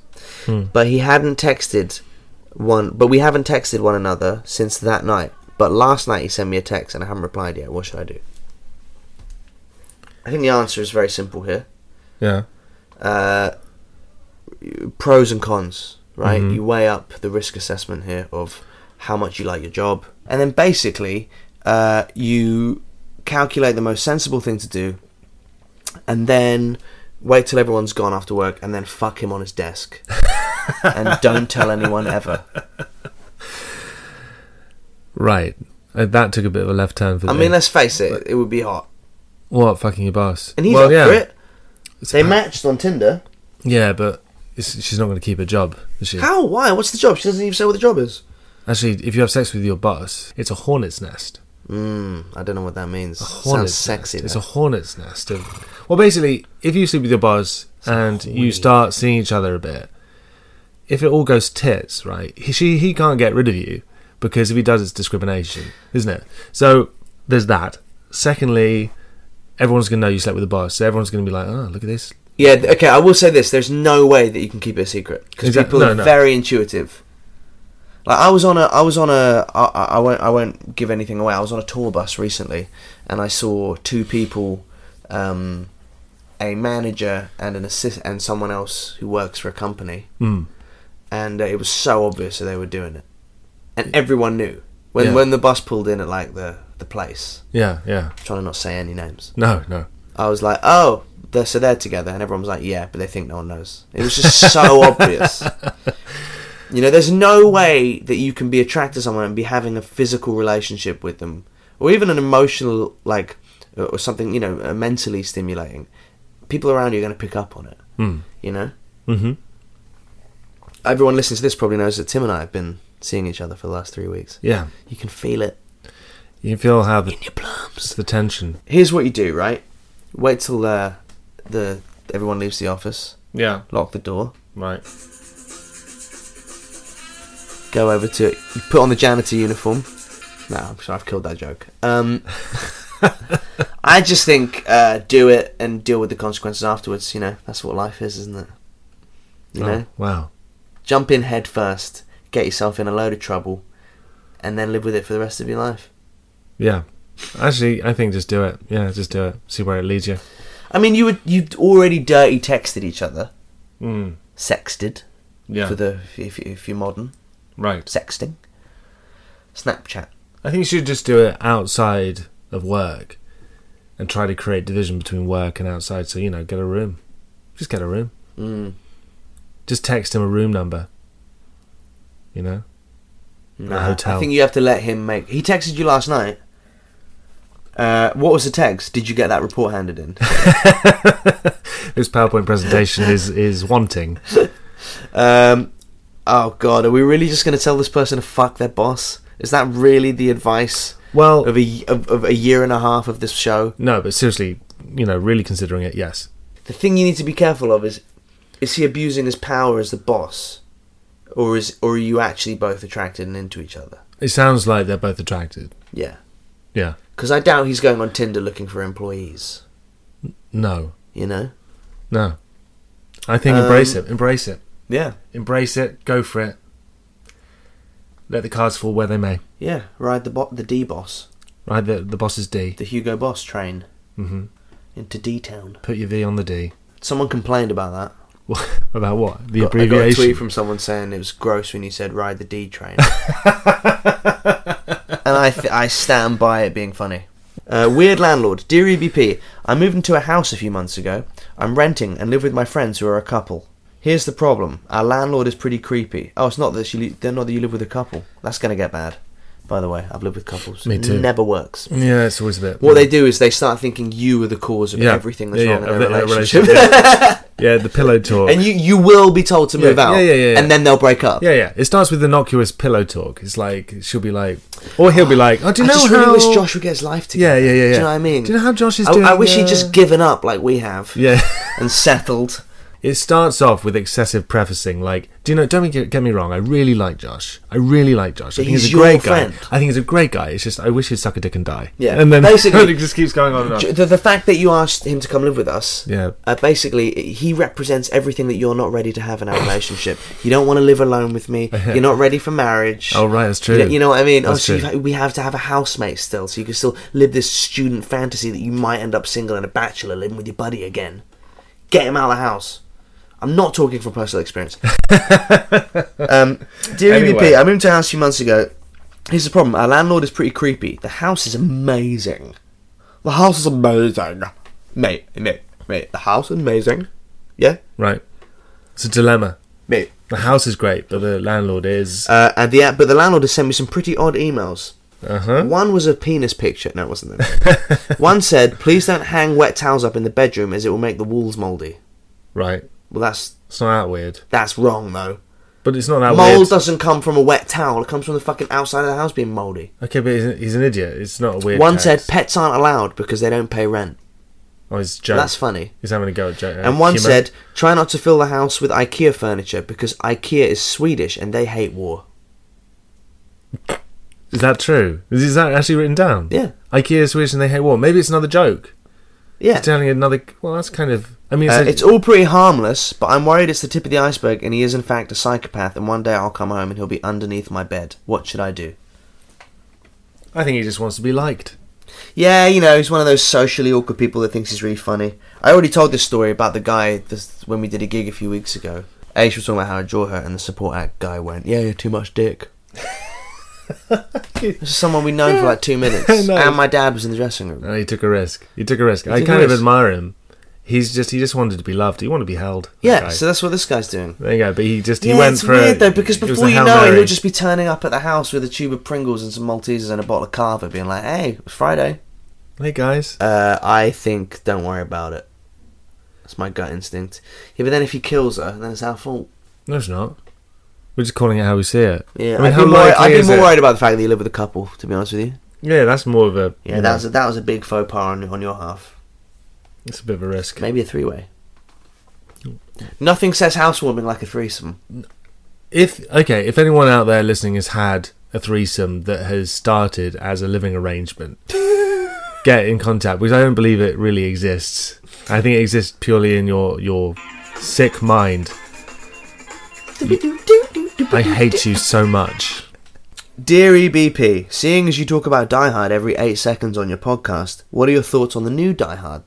Speaker 1: But he hadn't texted one. But we haven't texted one another since that night. But last night he sent me a text and I haven't replied yet. What should I do? I think the answer is very simple here.
Speaker 2: Yeah.
Speaker 1: Uh, pros and cons, right?
Speaker 2: Mm-hmm.
Speaker 1: You weigh up the risk assessment here of how much you like your job, and then basically uh, you calculate the most sensible thing to do, and then wait till everyone's gone after work, and then fuck him on his desk, and don't tell anyone ever.
Speaker 2: Right. Uh, that took a bit of a left turn for
Speaker 1: I
Speaker 2: me.
Speaker 1: mean, let's face it, it would be hot,
Speaker 2: what fucking your boss?
Speaker 1: and he's
Speaker 2: well,
Speaker 1: up
Speaker 2: yeah.
Speaker 1: for it.
Speaker 2: It's
Speaker 1: They
Speaker 2: pa-
Speaker 1: matched on Tinder.
Speaker 2: Yeah, but it's, she's not going to keep her job, is she?
Speaker 1: How? Why? What's the job? She doesn't even say what the job is.
Speaker 2: Actually, if you have sex with your boss, it's a hornet's nest.
Speaker 1: Mm, I don't know what that means. Sounds
Speaker 2: hornet's
Speaker 1: sexy.
Speaker 2: Nest. It's
Speaker 1: though.
Speaker 2: a hornet's nest. Of, well, basically, if you sleep with your boss and you start seeing each other a bit, if it all goes tits, right? He, she he can't get rid of you because if he does, it's discrimination, isn't it? So there's that. Secondly, everyone's gonna know you slept with the boss, so everyone's gonna be like, oh, look at this.
Speaker 1: Yeah, th- okay, I will say this. There's no way that you can keep it a secret because
Speaker 2: Exact-
Speaker 1: people
Speaker 2: no,
Speaker 1: are
Speaker 2: no.
Speaker 1: very intuitive. Like I was on a, I was on a, I, I I won't, I won't give anything away. I was on a tour bus recently, and I saw two people, um, a manager and an assist, and someone else who works for a company,
Speaker 2: Mm.
Speaker 1: and uh, it was so obvious that they were doing it, and everyone knew when
Speaker 2: Yeah.
Speaker 1: when the bus pulled in at like the the place.
Speaker 2: Yeah, yeah.
Speaker 1: trying to not say any names.
Speaker 2: No, no.
Speaker 1: I was like, oh, they're, so they're together. And everyone was like, yeah, but they think no one knows. It was just so obvious. You know, there's no way that you can be attracted to someone and be having a physical relationship with them, or even an emotional, like, or something, you know, uh, mentally stimulating. People around you are going to pick up on it,
Speaker 2: Mm.
Speaker 1: you know?
Speaker 2: Mm-hmm.
Speaker 1: Everyone listening to this probably knows that Tim and I have been seeing each other for the last three weeks.
Speaker 2: Yeah.
Speaker 1: You can feel it
Speaker 2: You can feel how the,
Speaker 1: in your plums.
Speaker 2: the tension.
Speaker 1: Here's what you do, right? Wait till uh, the everyone leaves the office,
Speaker 2: Yeah.
Speaker 1: lock the door,
Speaker 2: Right.
Speaker 1: go over to you put on the janitor uniform. No, I'm sorry, I've killed that joke. Um, I just think uh, do it and deal with the consequences afterwards. You know, that's what life is, isn't it? You know,
Speaker 2: wow.
Speaker 1: jump in head first, get yourself in a load of trouble, and then live with it for the rest of your life.
Speaker 2: Yeah. Actually, I think just do it. Yeah, just do it. See where it leads you.
Speaker 1: I mean, you would you'd already dirty texted each other,
Speaker 2: Mm.
Speaker 1: sexted
Speaker 2: Yeah.
Speaker 1: for the if if you're modern
Speaker 2: right.
Speaker 1: sexting, Snapchat.
Speaker 2: I think you should just do it outside of work and try to create division between work and outside. So, you know, get a room. Just get a room.
Speaker 1: Mm,
Speaker 2: Just text him a room number. You know?
Speaker 1: nah,
Speaker 2: hotel.
Speaker 1: I think you have to let him make. He texted you last night. Uh, what was the text? Did you get that report handed in?
Speaker 2: This PowerPoint presentation is is wanting.
Speaker 1: Um, oh God, are we really just going to tell this person to fuck their boss? Is that really the advice
Speaker 2: Well,
Speaker 1: of a of, of a year and a half of this show?
Speaker 2: no, but seriously, you know, really considering it, yes.
Speaker 1: The thing you need to be careful of is: is he abusing his power as the boss, or is or are you actually both attracted and into each other?
Speaker 2: It sounds like they're both attracted.
Speaker 1: Yeah,
Speaker 2: Yeah.
Speaker 1: because I doubt he's going on Tinder looking for employees.
Speaker 2: No.
Speaker 1: You know?
Speaker 2: No. I think
Speaker 1: Um,
Speaker 2: embrace it. Embrace it.
Speaker 1: Yeah,
Speaker 2: Embrace it. Go for it. Let the cards fall where they may.
Speaker 1: yeah. Ride the bo- the D boss,
Speaker 2: Right, the the boss is D.
Speaker 1: the Hugo Boss train
Speaker 2: Mm-hmm.
Speaker 1: into D town.
Speaker 2: Put your V on the D.
Speaker 1: Someone complained about that.
Speaker 2: What- About what? The
Speaker 1: Got- I got a
Speaker 2: abbreviation.
Speaker 1: tweet from someone saying it was gross when you said ride the D train. and I, th- I stand by it being funny. Uh, weird landlord, dear EBP, I moved into a house a few months ago. I'm renting and live with my friends who are a couple. Here's the problem: our landlord is pretty creepy. Oh, it's not that you li- they're not that you live with a couple. That's gonna get bad. By the way, I've lived with couples.
Speaker 2: Me too.
Speaker 1: Never works.
Speaker 2: yeah, it's always a bit.
Speaker 1: What they do is they start thinking you are the cause of everything that's
Speaker 2: Yeah,
Speaker 1: wrong
Speaker 2: yeah,
Speaker 1: in
Speaker 2: of
Speaker 1: their
Speaker 2: the- uh,
Speaker 1: relationship.
Speaker 2: relationship, yeah. Yeah, the pillow talk.
Speaker 1: and you you will be told to
Speaker 2: Yeah,
Speaker 1: move out.
Speaker 2: yeah, yeah, yeah, yeah.
Speaker 1: And then they'll break up.
Speaker 2: yeah, yeah. It starts with innocuous pillow talk. It's like she'll be like, or he'll be like, "Oh, do you
Speaker 1: I
Speaker 2: know
Speaker 1: just
Speaker 2: how?"
Speaker 1: really wish Josh would get his life together.
Speaker 2: Yeah, yeah, yeah,
Speaker 1: Do
Speaker 2: yeah.
Speaker 1: you know what I mean?
Speaker 2: Do you know how Josh is
Speaker 1: I, I
Speaker 2: doing,
Speaker 1: wish he'd
Speaker 2: uh,
Speaker 1: just given up like we have.
Speaker 2: Yeah.
Speaker 1: And settled.
Speaker 2: It starts off with excessive prefacing, like, "Do you know? Don't get, get me wrong. I really like Josh. I really like Josh. I
Speaker 1: But
Speaker 2: think he's,
Speaker 1: he's
Speaker 2: a great
Speaker 1: your
Speaker 2: guy.
Speaker 1: friend.
Speaker 2: I think he's a great guy. It's just I wish he'd suck a dick and die."
Speaker 1: Yeah,
Speaker 2: and then
Speaker 1: basically-
Speaker 2: it just keeps going on and on.
Speaker 1: J- The, the fact that you asked him to come live with us,
Speaker 2: Yeah.
Speaker 1: uh, basically, he represents everything that you're not ready to have in our relationship. You don't want to live alone with me. You're not ready for marriage.
Speaker 2: Oh, right, that's
Speaker 1: You know,
Speaker 2: true.
Speaker 1: you know what I mean?
Speaker 2: That's
Speaker 1: oh, so
Speaker 2: true.
Speaker 1: you, we have to have a housemate still, so you can still live this student fantasy that you might end up single and a bachelor living with your buddy again. Get him out of the house. I'm not talking from personal experience. um, dear
Speaker 2: Anyway.
Speaker 1: EVP, I moved to a house a few months ago. Here's the problem our landlord is pretty creepy. The house is amazing. The house is amazing. Mate, mate, mate, the house is amazing. Yeah?
Speaker 2: Right. It's a dilemma.
Speaker 1: Mate.
Speaker 2: The house is great, but the landlord is.
Speaker 1: Uh, and the, but the landlord has sent me some pretty odd emails.
Speaker 2: Uh huh.
Speaker 1: One was a penis picture. No, it wasn't. That. One said, "Please don't hang wet towels up in the bedroom, as it will make the walls mouldy."
Speaker 2: Right.
Speaker 1: Well, that's
Speaker 2: It's not that weird.
Speaker 1: that's wrong though.
Speaker 2: But it's not that
Speaker 1: Mold
Speaker 2: weird.
Speaker 1: doesn't come from a wet towel; it comes from the fucking outside of the house being mouldy.
Speaker 2: Okay, but he's, he's an idiot. It's not a weird.
Speaker 1: One
Speaker 2: text.
Speaker 1: said, "Pets aren't allowed because they don't pay rent."
Speaker 2: "Oh, it's Joe."
Speaker 1: That's funny.
Speaker 2: He's having a go at uh, Joe.
Speaker 1: And one said, "Try not to fill the house with IKEA furniture because IKEA is Swedish and they hate war."
Speaker 2: "Is that true? Is, is that actually written down?"
Speaker 1: Yeah.
Speaker 2: IKEA is Swedish and they hate war. Maybe it's another joke.
Speaker 1: Yeah.
Speaker 2: He's telling another. Well, that's kind of. I mean, it's,
Speaker 1: Uh,
Speaker 2: a-
Speaker 1: it's all pretty harmless, but I'm worried it's the tip of the iceberg, and he is in fact a psychopath. And one day I'll come home and he'll be underneath my bed. What should I do?
Speaker 2: I think he just wants to be liked.
Speaker 1: Yeah, you know, he's one of those socially awkward people that thinks he's really funny. I already told this story about the guy this, when we did a gig a few weeks ago. Aisha was talking about how I draw her, and the support act guy went, "Yeah, you're too much dick." this is someone we have known for like two minutes,
Speaker 2: No.
Speaker 1: and my dad was in the dressing room.
Speaker 2: And he took a risk. He took a risk. I
Speaker 1: took a
Speaker 2: kind of
Speaker 1: risk.
Speaker 2: admire him. He's just. He just wanted to be loved. He wanted to be held. that
Speaker 1: Yeah,
Speaker 2: guy.
Speaker 1: so that's what this guy's doing.
Speaker 2: there you go. But he just. He
Speaker 1: yeah,
Speaker 2: went
Speaker 1: it's
Speaker 2: for.
Speaker 1: weird
Speaker 2: a,
Speaker 1: though because
Speaker 2: was
Speaker 1: before
Speaker 2: the
Speaker 1: you
Speaker 2: Hail
Speaker 1: know it,
Speaker 2: Mary.
Speaker 1: he'll just be turning up at the house with a tube of Pringles and some Maltesers and a bottle of Carver, being like, "Hey, it's Friday."
Speaker 2: Hey guys.
Speaker 1: Uh, I think don't worry about it. That's my gut instinct. Yeah, but then if he kills her, then it's our fault.
Speaker 2: No, it's not. We're just calling it how we see it.
Speaker 1: Yeah,
Speaker 2: I mean,
Speaker 1: I'd,
Speaker 2: how
Speaker 1: be more,
Speaker 2: likely
Speaker 1: I'd be
Speaker 2: is
Speaker 1: more
Speaker 2: it?
Speaker 1: worried about the fact that you live with a couple. To be honest with you,
Speaker 2: Yeah, that's more of a.
Speaker 1: yeah,
Speaker 2: you
Speaker 1: that
Speaker 2: know,
Speaker 1: was a, that was a big faux pas on, on your half.
Speaker 2: It's a bit of a risk.
Speaker 1: Maybe a three way. Mm. Nothing says housewarming like a threesome.
Speaker 2: If okay, if anyone out there listening has had a threesome that has started as a living arrangement, get in contact because I don't believe it really exists. I think it exists purely in your your sick mind. I hate you so much.
Speaker 1: Dear EBP, seeing as you talk about Die Hard every eight seconds on your podcast, what are your thoughts on the new Die Hard?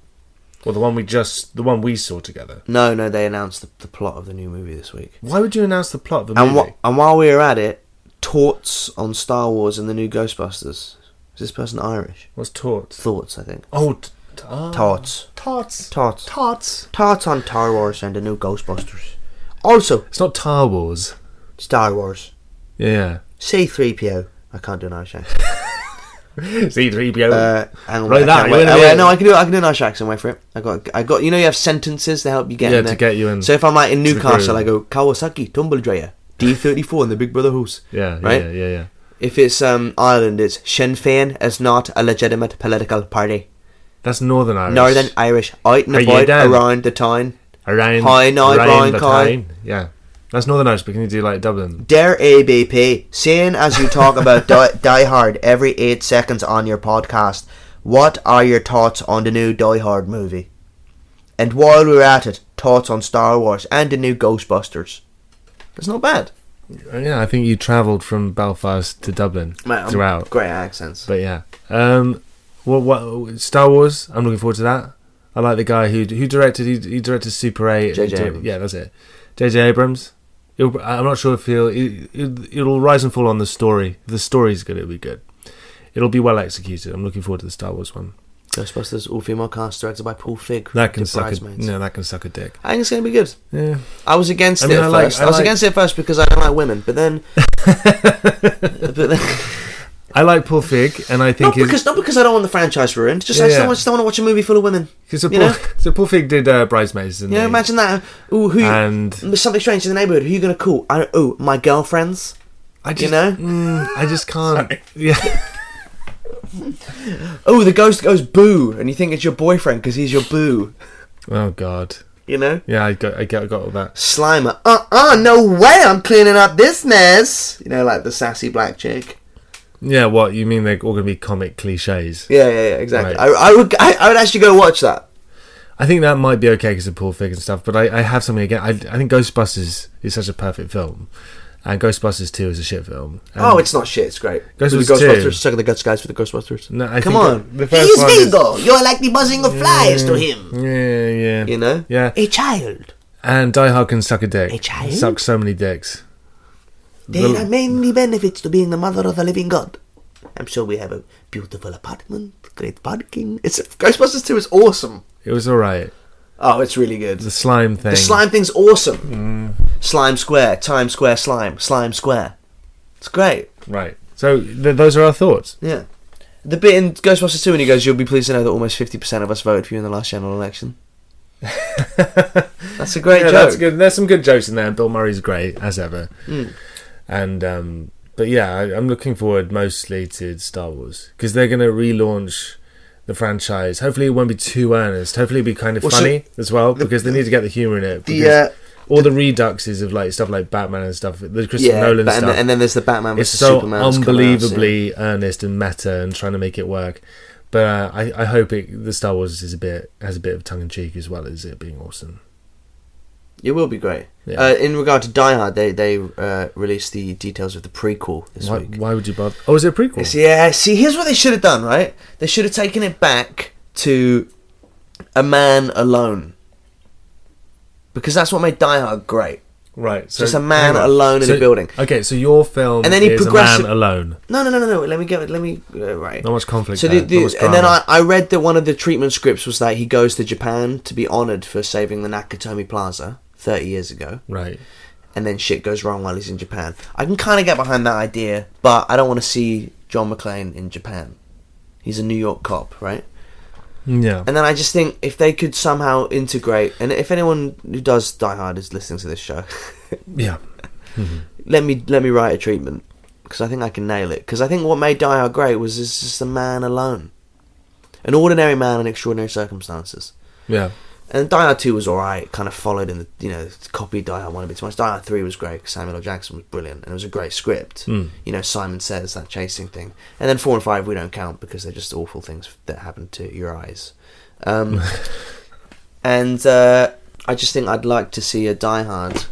Speaker 2: Well, the one we just the one we saw together.
Speaker 1: No, no, they announced the, the plot of the new movie this week.
Speaker 2: Why would you announce the plot of the
Speaker 1: And,
Speaker 2: movie?
Speaker 1: wh- and while we were at it, torts on Star Wars and the new Ghostbusters. Is this person Irish?
Speaker 2: What's torts?
Speaker 1: Thoughts, I think.
Speaker 2: Oh, t- t- ah.
Speaker 1: Torts.
Speaker 2: Tarts.
Speaker 1: Tarts.
Speaker 2: Tarts.
Speaker 1: Tarts on Star Wars and the new Ghostbusters. Also,
Speaker 2: It's not Tar Wars.
Speaker 1: Star Wars.
Speaker 2: Yeah.
Speaker 1: C3PO. I can't do an Irish accent.
Speaker 2: C3PO.
Speaker 1: Uh, hang on,
Speaker 2: Oh. Right
Speaker 1: wait, I can't wait.
Speaker 2: that, you're gonna
Speaker 1: Oh,
Speaker 2: be-
Speaker 1: yeah, no, I can do. I can do an Irish accent. Wait for it. I got. I got. You know, you have sentences to help you get.
Speaker 2: Yeah,
Speaker 1: in
Speaker 2: to
Speaker 1: there.
Speaker 2: get you in
Speaker 1: So if I'm like in
Speaker 2: to the groove.
Speaker 1: Newcastle, I go Kawasaki Tumble Dryer D thirty four in the Big Brother house.
Speaker 2: yeah,
Speaker 1: right.
Speaker 2: yeah, yeah, yeah.
Speaker 1: If it's um Ireland, it's Sinn Féin is not a legitimate political party.
Speaker 2: That's Northern Irish.
Speaker 1: Northern Irish out and
Speaker 2: Are you
Speaker 1: about
Speaker 2: down?
Speaker 1: around the town.
Speaker 2: Around,
Speaker 1: Hi, now,
Speaker 2: around
Speaker 1: Brian
Speaker 2: the
Speaker 1: Coy.
Speaker 2: town. Yeah. That's Northern Irish, but can you do like Dublin?
Speaker 1: Dear ABP, seeing as you talk about die, die Hard every eight seconds on your podcast, what are your thoughts on the new Die Hard movie? And while we're at it, thoughts on Star Wars and the new Ghostbusters. That's not bad.
Speaker 2: Uh, Yeah, I think you travelled from Belfast to Dublin throughout.
Speaker 1: Great accents.
Speaker 2: But yeah, um, what what Star Wars? I'm looking forward to that. I like the guy who who directed he, he directed Super Eight.
Speaker 1: J.J.
Speaker 2: Di-
Speaker 1: Abrams.
Speaker 2: Yeah, that's it. J.J. Abrams. It'll, I'm not sure if he'll it, it, it'll rise and fall on the story. If the story's good, it'll be good. It'll be well executed. I'm looking forward to the Star Wars one.
Speaker 1: Ghostbusters, all female cast directed by Paul Fig. who
Speaker 2: That can
Speaker 1: did
Speaker 2: suck. A,
Speaker 1: Bridesmaids.
Speaker 2: no, that can suck a dick.
Speaker 1: I think it's going to be good.
Speaker 2: Yeah.
Speaker 1: I was against
Speaker 2: I mean,
Speaker 1: it at
Speaker 2: I like-
Speaker 1: first.
Speaker 2: I
Speaker 1: I, was
Speaker 2: like-
Speaker 1: against it at first because I don't like women, but then. but then
Speaker 2: I like Paul Fig, and I
Speaker 1: not,
Speaker 2: think his-
Speaker 1: Oh, because, not because I don't want the franchise ruined, just I
Speaker 2: Yeah,
Speaker 1: just
Speaker 2: yeah.
Speaker 1: don't, want- just don't want to watch a movie full of women.
Speaker 2: Because so,
Speaker 1: You
Speaker 2: Paul-
Speaker 1: know?
Speaker 2: so Paul Fig did uh, Bridesmaids. And
Speaker 1: You know, imagine that. Ooh, who?
Speaker 2: And-
Speaker 1: there's something strange in the neighborhood. Who you gonna call? I don't, oh, my girlfriends.
Speaker 2: I just,
Speaker 1: you know?
Speaker 2: mm, I just can't. Yeah,
Speaker 1: Oh, the ghost goes boo, and you think it's your boyfriend because he's your boo.
Speaker 2: oh god,
Speaker 1: You know,
Speaker 2: yeah, I got, I got, I got all that.
Speaker 1: Slimer. Uh, uh no way. I'm cleaning up this mess. You know, like the sassy black chick.
Speaker 2: Yeah, what you mean? They're all gonna be comic cliches.
Speaker 1: Yeah, yeah, yeah exactly.
Speaker 2: Right.
Speaker 1: I, I would, I, I would actually go watch that.
Speaker 2: I think that might be okay because of Paul Fig and stuff. But I, I have something again. I, I think Ghostbusters is such a perfect film, and Ghostbusters Two is a shit film. And
Speaker 1: oh, it's not shit. It's great. With the
Speaker 2: Ghostbusters two.
Speaker 1: Ghostbusters. Sucking the guts, guys, for the Ghostbusters.
Speaker 2: No, I
Speaker 1: Come
Speaker 2: think
Speaker 1: on.
Speaker 2: the first one is-
Speaker 1: You're like the buzzing of flies to him.
Speaker 2: yeah, yeah,
Speaker 1: You know.
Speaker 2: yeah.
Speaker 1: A child.
Speaker 2: And Die Hard can suck a dick.
Speaker 1: A child?
Speaker 2: Suck so many dicks.
Speaker 1: There are many benefits to being the mother of the living God. I'm sure we have a beautiful apartment, great parking. It's Ghostbusters 2 is awesome.
Speaker 2: It was all right.
Speaker 1: Oh, it's really good.
Speaker 2: The
Speaker 1: The,
Speaker 2: slime thing. Mm.
Speaker 1: slime thing's awesome. Slime Square, Time Square Slime, Slime Square. It's great.
Speaker 2: Right. So th- those are our thoughts.
Speaker 1: Yeah. The bit in Ghostbusters 2 when he goes, You'll be pleased to know that almost 50% of us voted for you in the last general election. that's a great joke.
Speaker 2: yeah,
Speaker 1: Hmm.
Speaker 2: that's good. There's some good jokes in there. Bill Murray's great as ever, and um, but yeah, I, I'm looking forward mostly to Star Wars because they're going to relaunch the franchise. Hopefully, it won't be too earnest. Hopefully, it'll be kind of
Speaker 1: Well, so
Speaker 2: funny as well because they need to get the humor in it.
Speaker 1: the,
Speaker 2: because
Speaker 1: uh,
Speaker 2: all the, reduxes of like stuff like Batman and stuff, the Christopher
Speaker 1: Yeah,
Speaker 2: Nolan
Speaker 1: but- and,
Speaker 2: stuff,
Speaker 1: and then there's the Batman
Speaker 2: it's
Speaker 1: versus
Speaker 2: so
Speaker 1: Superman. that's coming out soon.
Speaker 2: unbelievably earnest and meta and trying to make it work. But uh, I, I hope it, the Star Wars is a bit has a bit of tongue in cheek as well as it being awesome.
Speaker 1: It will be great.
Speaker 2: Yeah.
Speaker 1: Uh, in regard to Die Hard, they they uh, released the details of the prequel this
Speaker 2: Why,
Speaker 1: week.
Speaker 2: why would you bother? Oh, is it a prequel?
Speaker 1: It's- yeah, see, here's what they should have done, right? They should have taken it back to a man alone, because that's what made Die Hard great.
Speaker 2: Right, so
Speaker 1: Just a man
Speaker 2: hang on.
Speaker 1: alone in
Speaker 2: So-
Speaker 1: a building.
Speaker 2: Okay, so your film
Speaker 1: And then he
Speaker 2: is
Speaker 1: progressi-
Speaker 2: a man alone.
Speaker 1: No, no, no, no, no. Let me get it. Let me uh, right.
Speaker 2: Not much conflict.
Speaker 1: So
Speaker 2: there,
Speaker 1: the, the,
Speaker 2: not much
Speaker 1: and then I,
Speaker 2: drama.
Speaker 1: I read that one of the treatment scripts was that he goes to Japan to be honoured for saving the Nakatomi Plaza 30 years ago.
Speaker 2: right,
Speaker 1: and then shit goes wrong while he's in Japan. I can kind of get behind that idea, but I don't want to see John McClane in Japan. He's a New York cop, right?
Speaker 2: yeah,
Speaker 1: And then I just think if they could somehow integrate, and if anyone who does Die Hard is listening to this show,
Speaker 2: yeah,
Speaker 1: let me let me write a treatment because I think I can nail it. Because I think what made Die Hard great was it's just a man alone, an ordinary man in extraordinary circumstances.
Speaker 2: yeah.
Speaker 1: And Die Hard 2 was alright, kind of followed in the, you know, copied Die Hard 1 a bit too much. Die Hard 3 was great 'cause Samuel L. Jackson was brilliant and it was a great script. You know, Simon Says, that chasing thing. And then 4 and 5 we don't count because they're just awful things that happen to your eyes. Um, and uh, I just think I'd like to see a Die Hard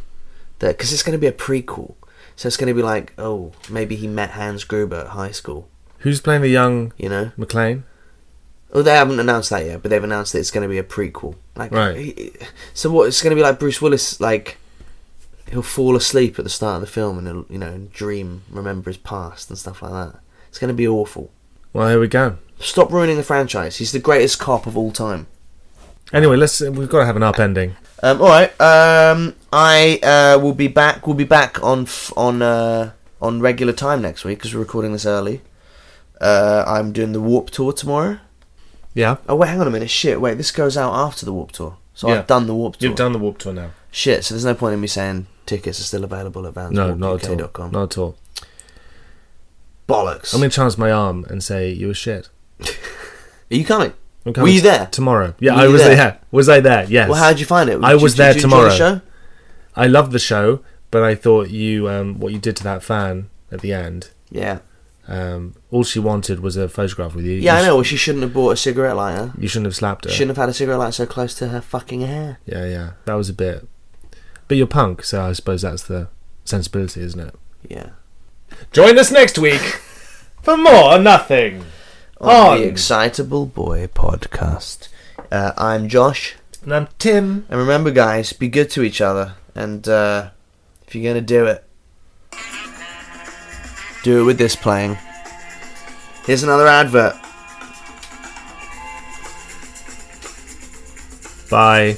Speaker 1: that, because it's going to be a prequel. So it's going to be like, oh, maybe he met Hans Gruber at high school,
Speaker 2: Who's playing the young
Speaker 1: you know?
Speaker 2: McLean?
Speaker 1: Well, they haven't announced that yet, but they've announced that it's going to be a prequel. Like,
Speaker 2: Right.
Speaker 1: he- So what? It's going to be like Bruce Willis, like he'll fall asleep at the start of the film and he'll, you know dream, remember his past and stuff like that. It's going to be awful.
Speaker 2: Well, here we go.
Speaker 1: Stop ruining the franchise. He's the greatest cop of all time.
Speaker 2: Anyway, let's. We've got to have an up ending.
Speaker 1: Um, all right. Um, I uh, will be back. We'll be back on f- on uh, on regular time next week because we're recording this early. Uh, I'm doing the Warp Tour tomorrow.
Speaker 2: Yeah.
Speaker 1: Oh wait, hang on a minute. Shit, wait. This goes out after the Warp Tour, so
Speaker 2: Yeah.
Speaker 1: I've done the Warp Tour.
Speaker 2: You've done the Warp Tour now.
Speaker 1: Shit. So there's no point in me saying tickets are still available at
Speaker 2: No, not at all.
Speaker 1: vanswarpuk.com.
Speaker 2: Not at all.
Speaker 1: Bollocks.
Speaker 2: I'm going to chance my arm and say you were shit.
Speaker 1: are you coming?
Speaker 2: I'm
Speaker 1: Were
Speaker 2: coming
Speaker 1: you
Speaker 2: t-
Speaker 1: there?
Speaker 2: tomorrow? Yeah,
Speaker 1: Were
Speaker 2: I
Speaker 1: you
Speaker 2: was
Speaker 1: there?
Speaker 2: there. Was I there? Yes.
Speaker 1: Well, how did you find it?
Speaker 2: I
Speaker 1: Did you-
Speaker 2: was
Speaker 1: did
Speaker 2: there
Speaker 1: you enjoy
Speaker 2: tomorrow.
Speaker 1: The show?
Speaker 2: I loved the show, but I thought you um, what you did to that fan at the end.
Speaker 1: Yeah.
Speaker 2: Um, all she wanted was a photograph with you.
Speaker 1: Yeah,
Speaker 2: you
Speaker 1: I
Speaker 2: sh-
Speaker 1: know. Well, she shouldn't have bought a cigarette lighter.
Speaker 2: you shouldn't have slapped her.
Speaker 1: Shouldn't have had a cigarette lighter so close to her fucking hair.
Speaker 2: Yeah, yeah. That was a bit. But you're punk, so I suppose that's the sensibility, isn't it?
Speaker 1: Yeah.
Speaker 2: Join us next week for more or nothing.
Speaker 1: On the
Speaker 2: On.
Speaker 1: Excitable Boy podcast. Uh, I'm Josh,
Speaker 2: And I'm Tim.
Speaker 1: and remember, guys, be good to each other, and uh, if you're gonna do it, do it with this playing. Here's another advert.
Speaker 2: Bye.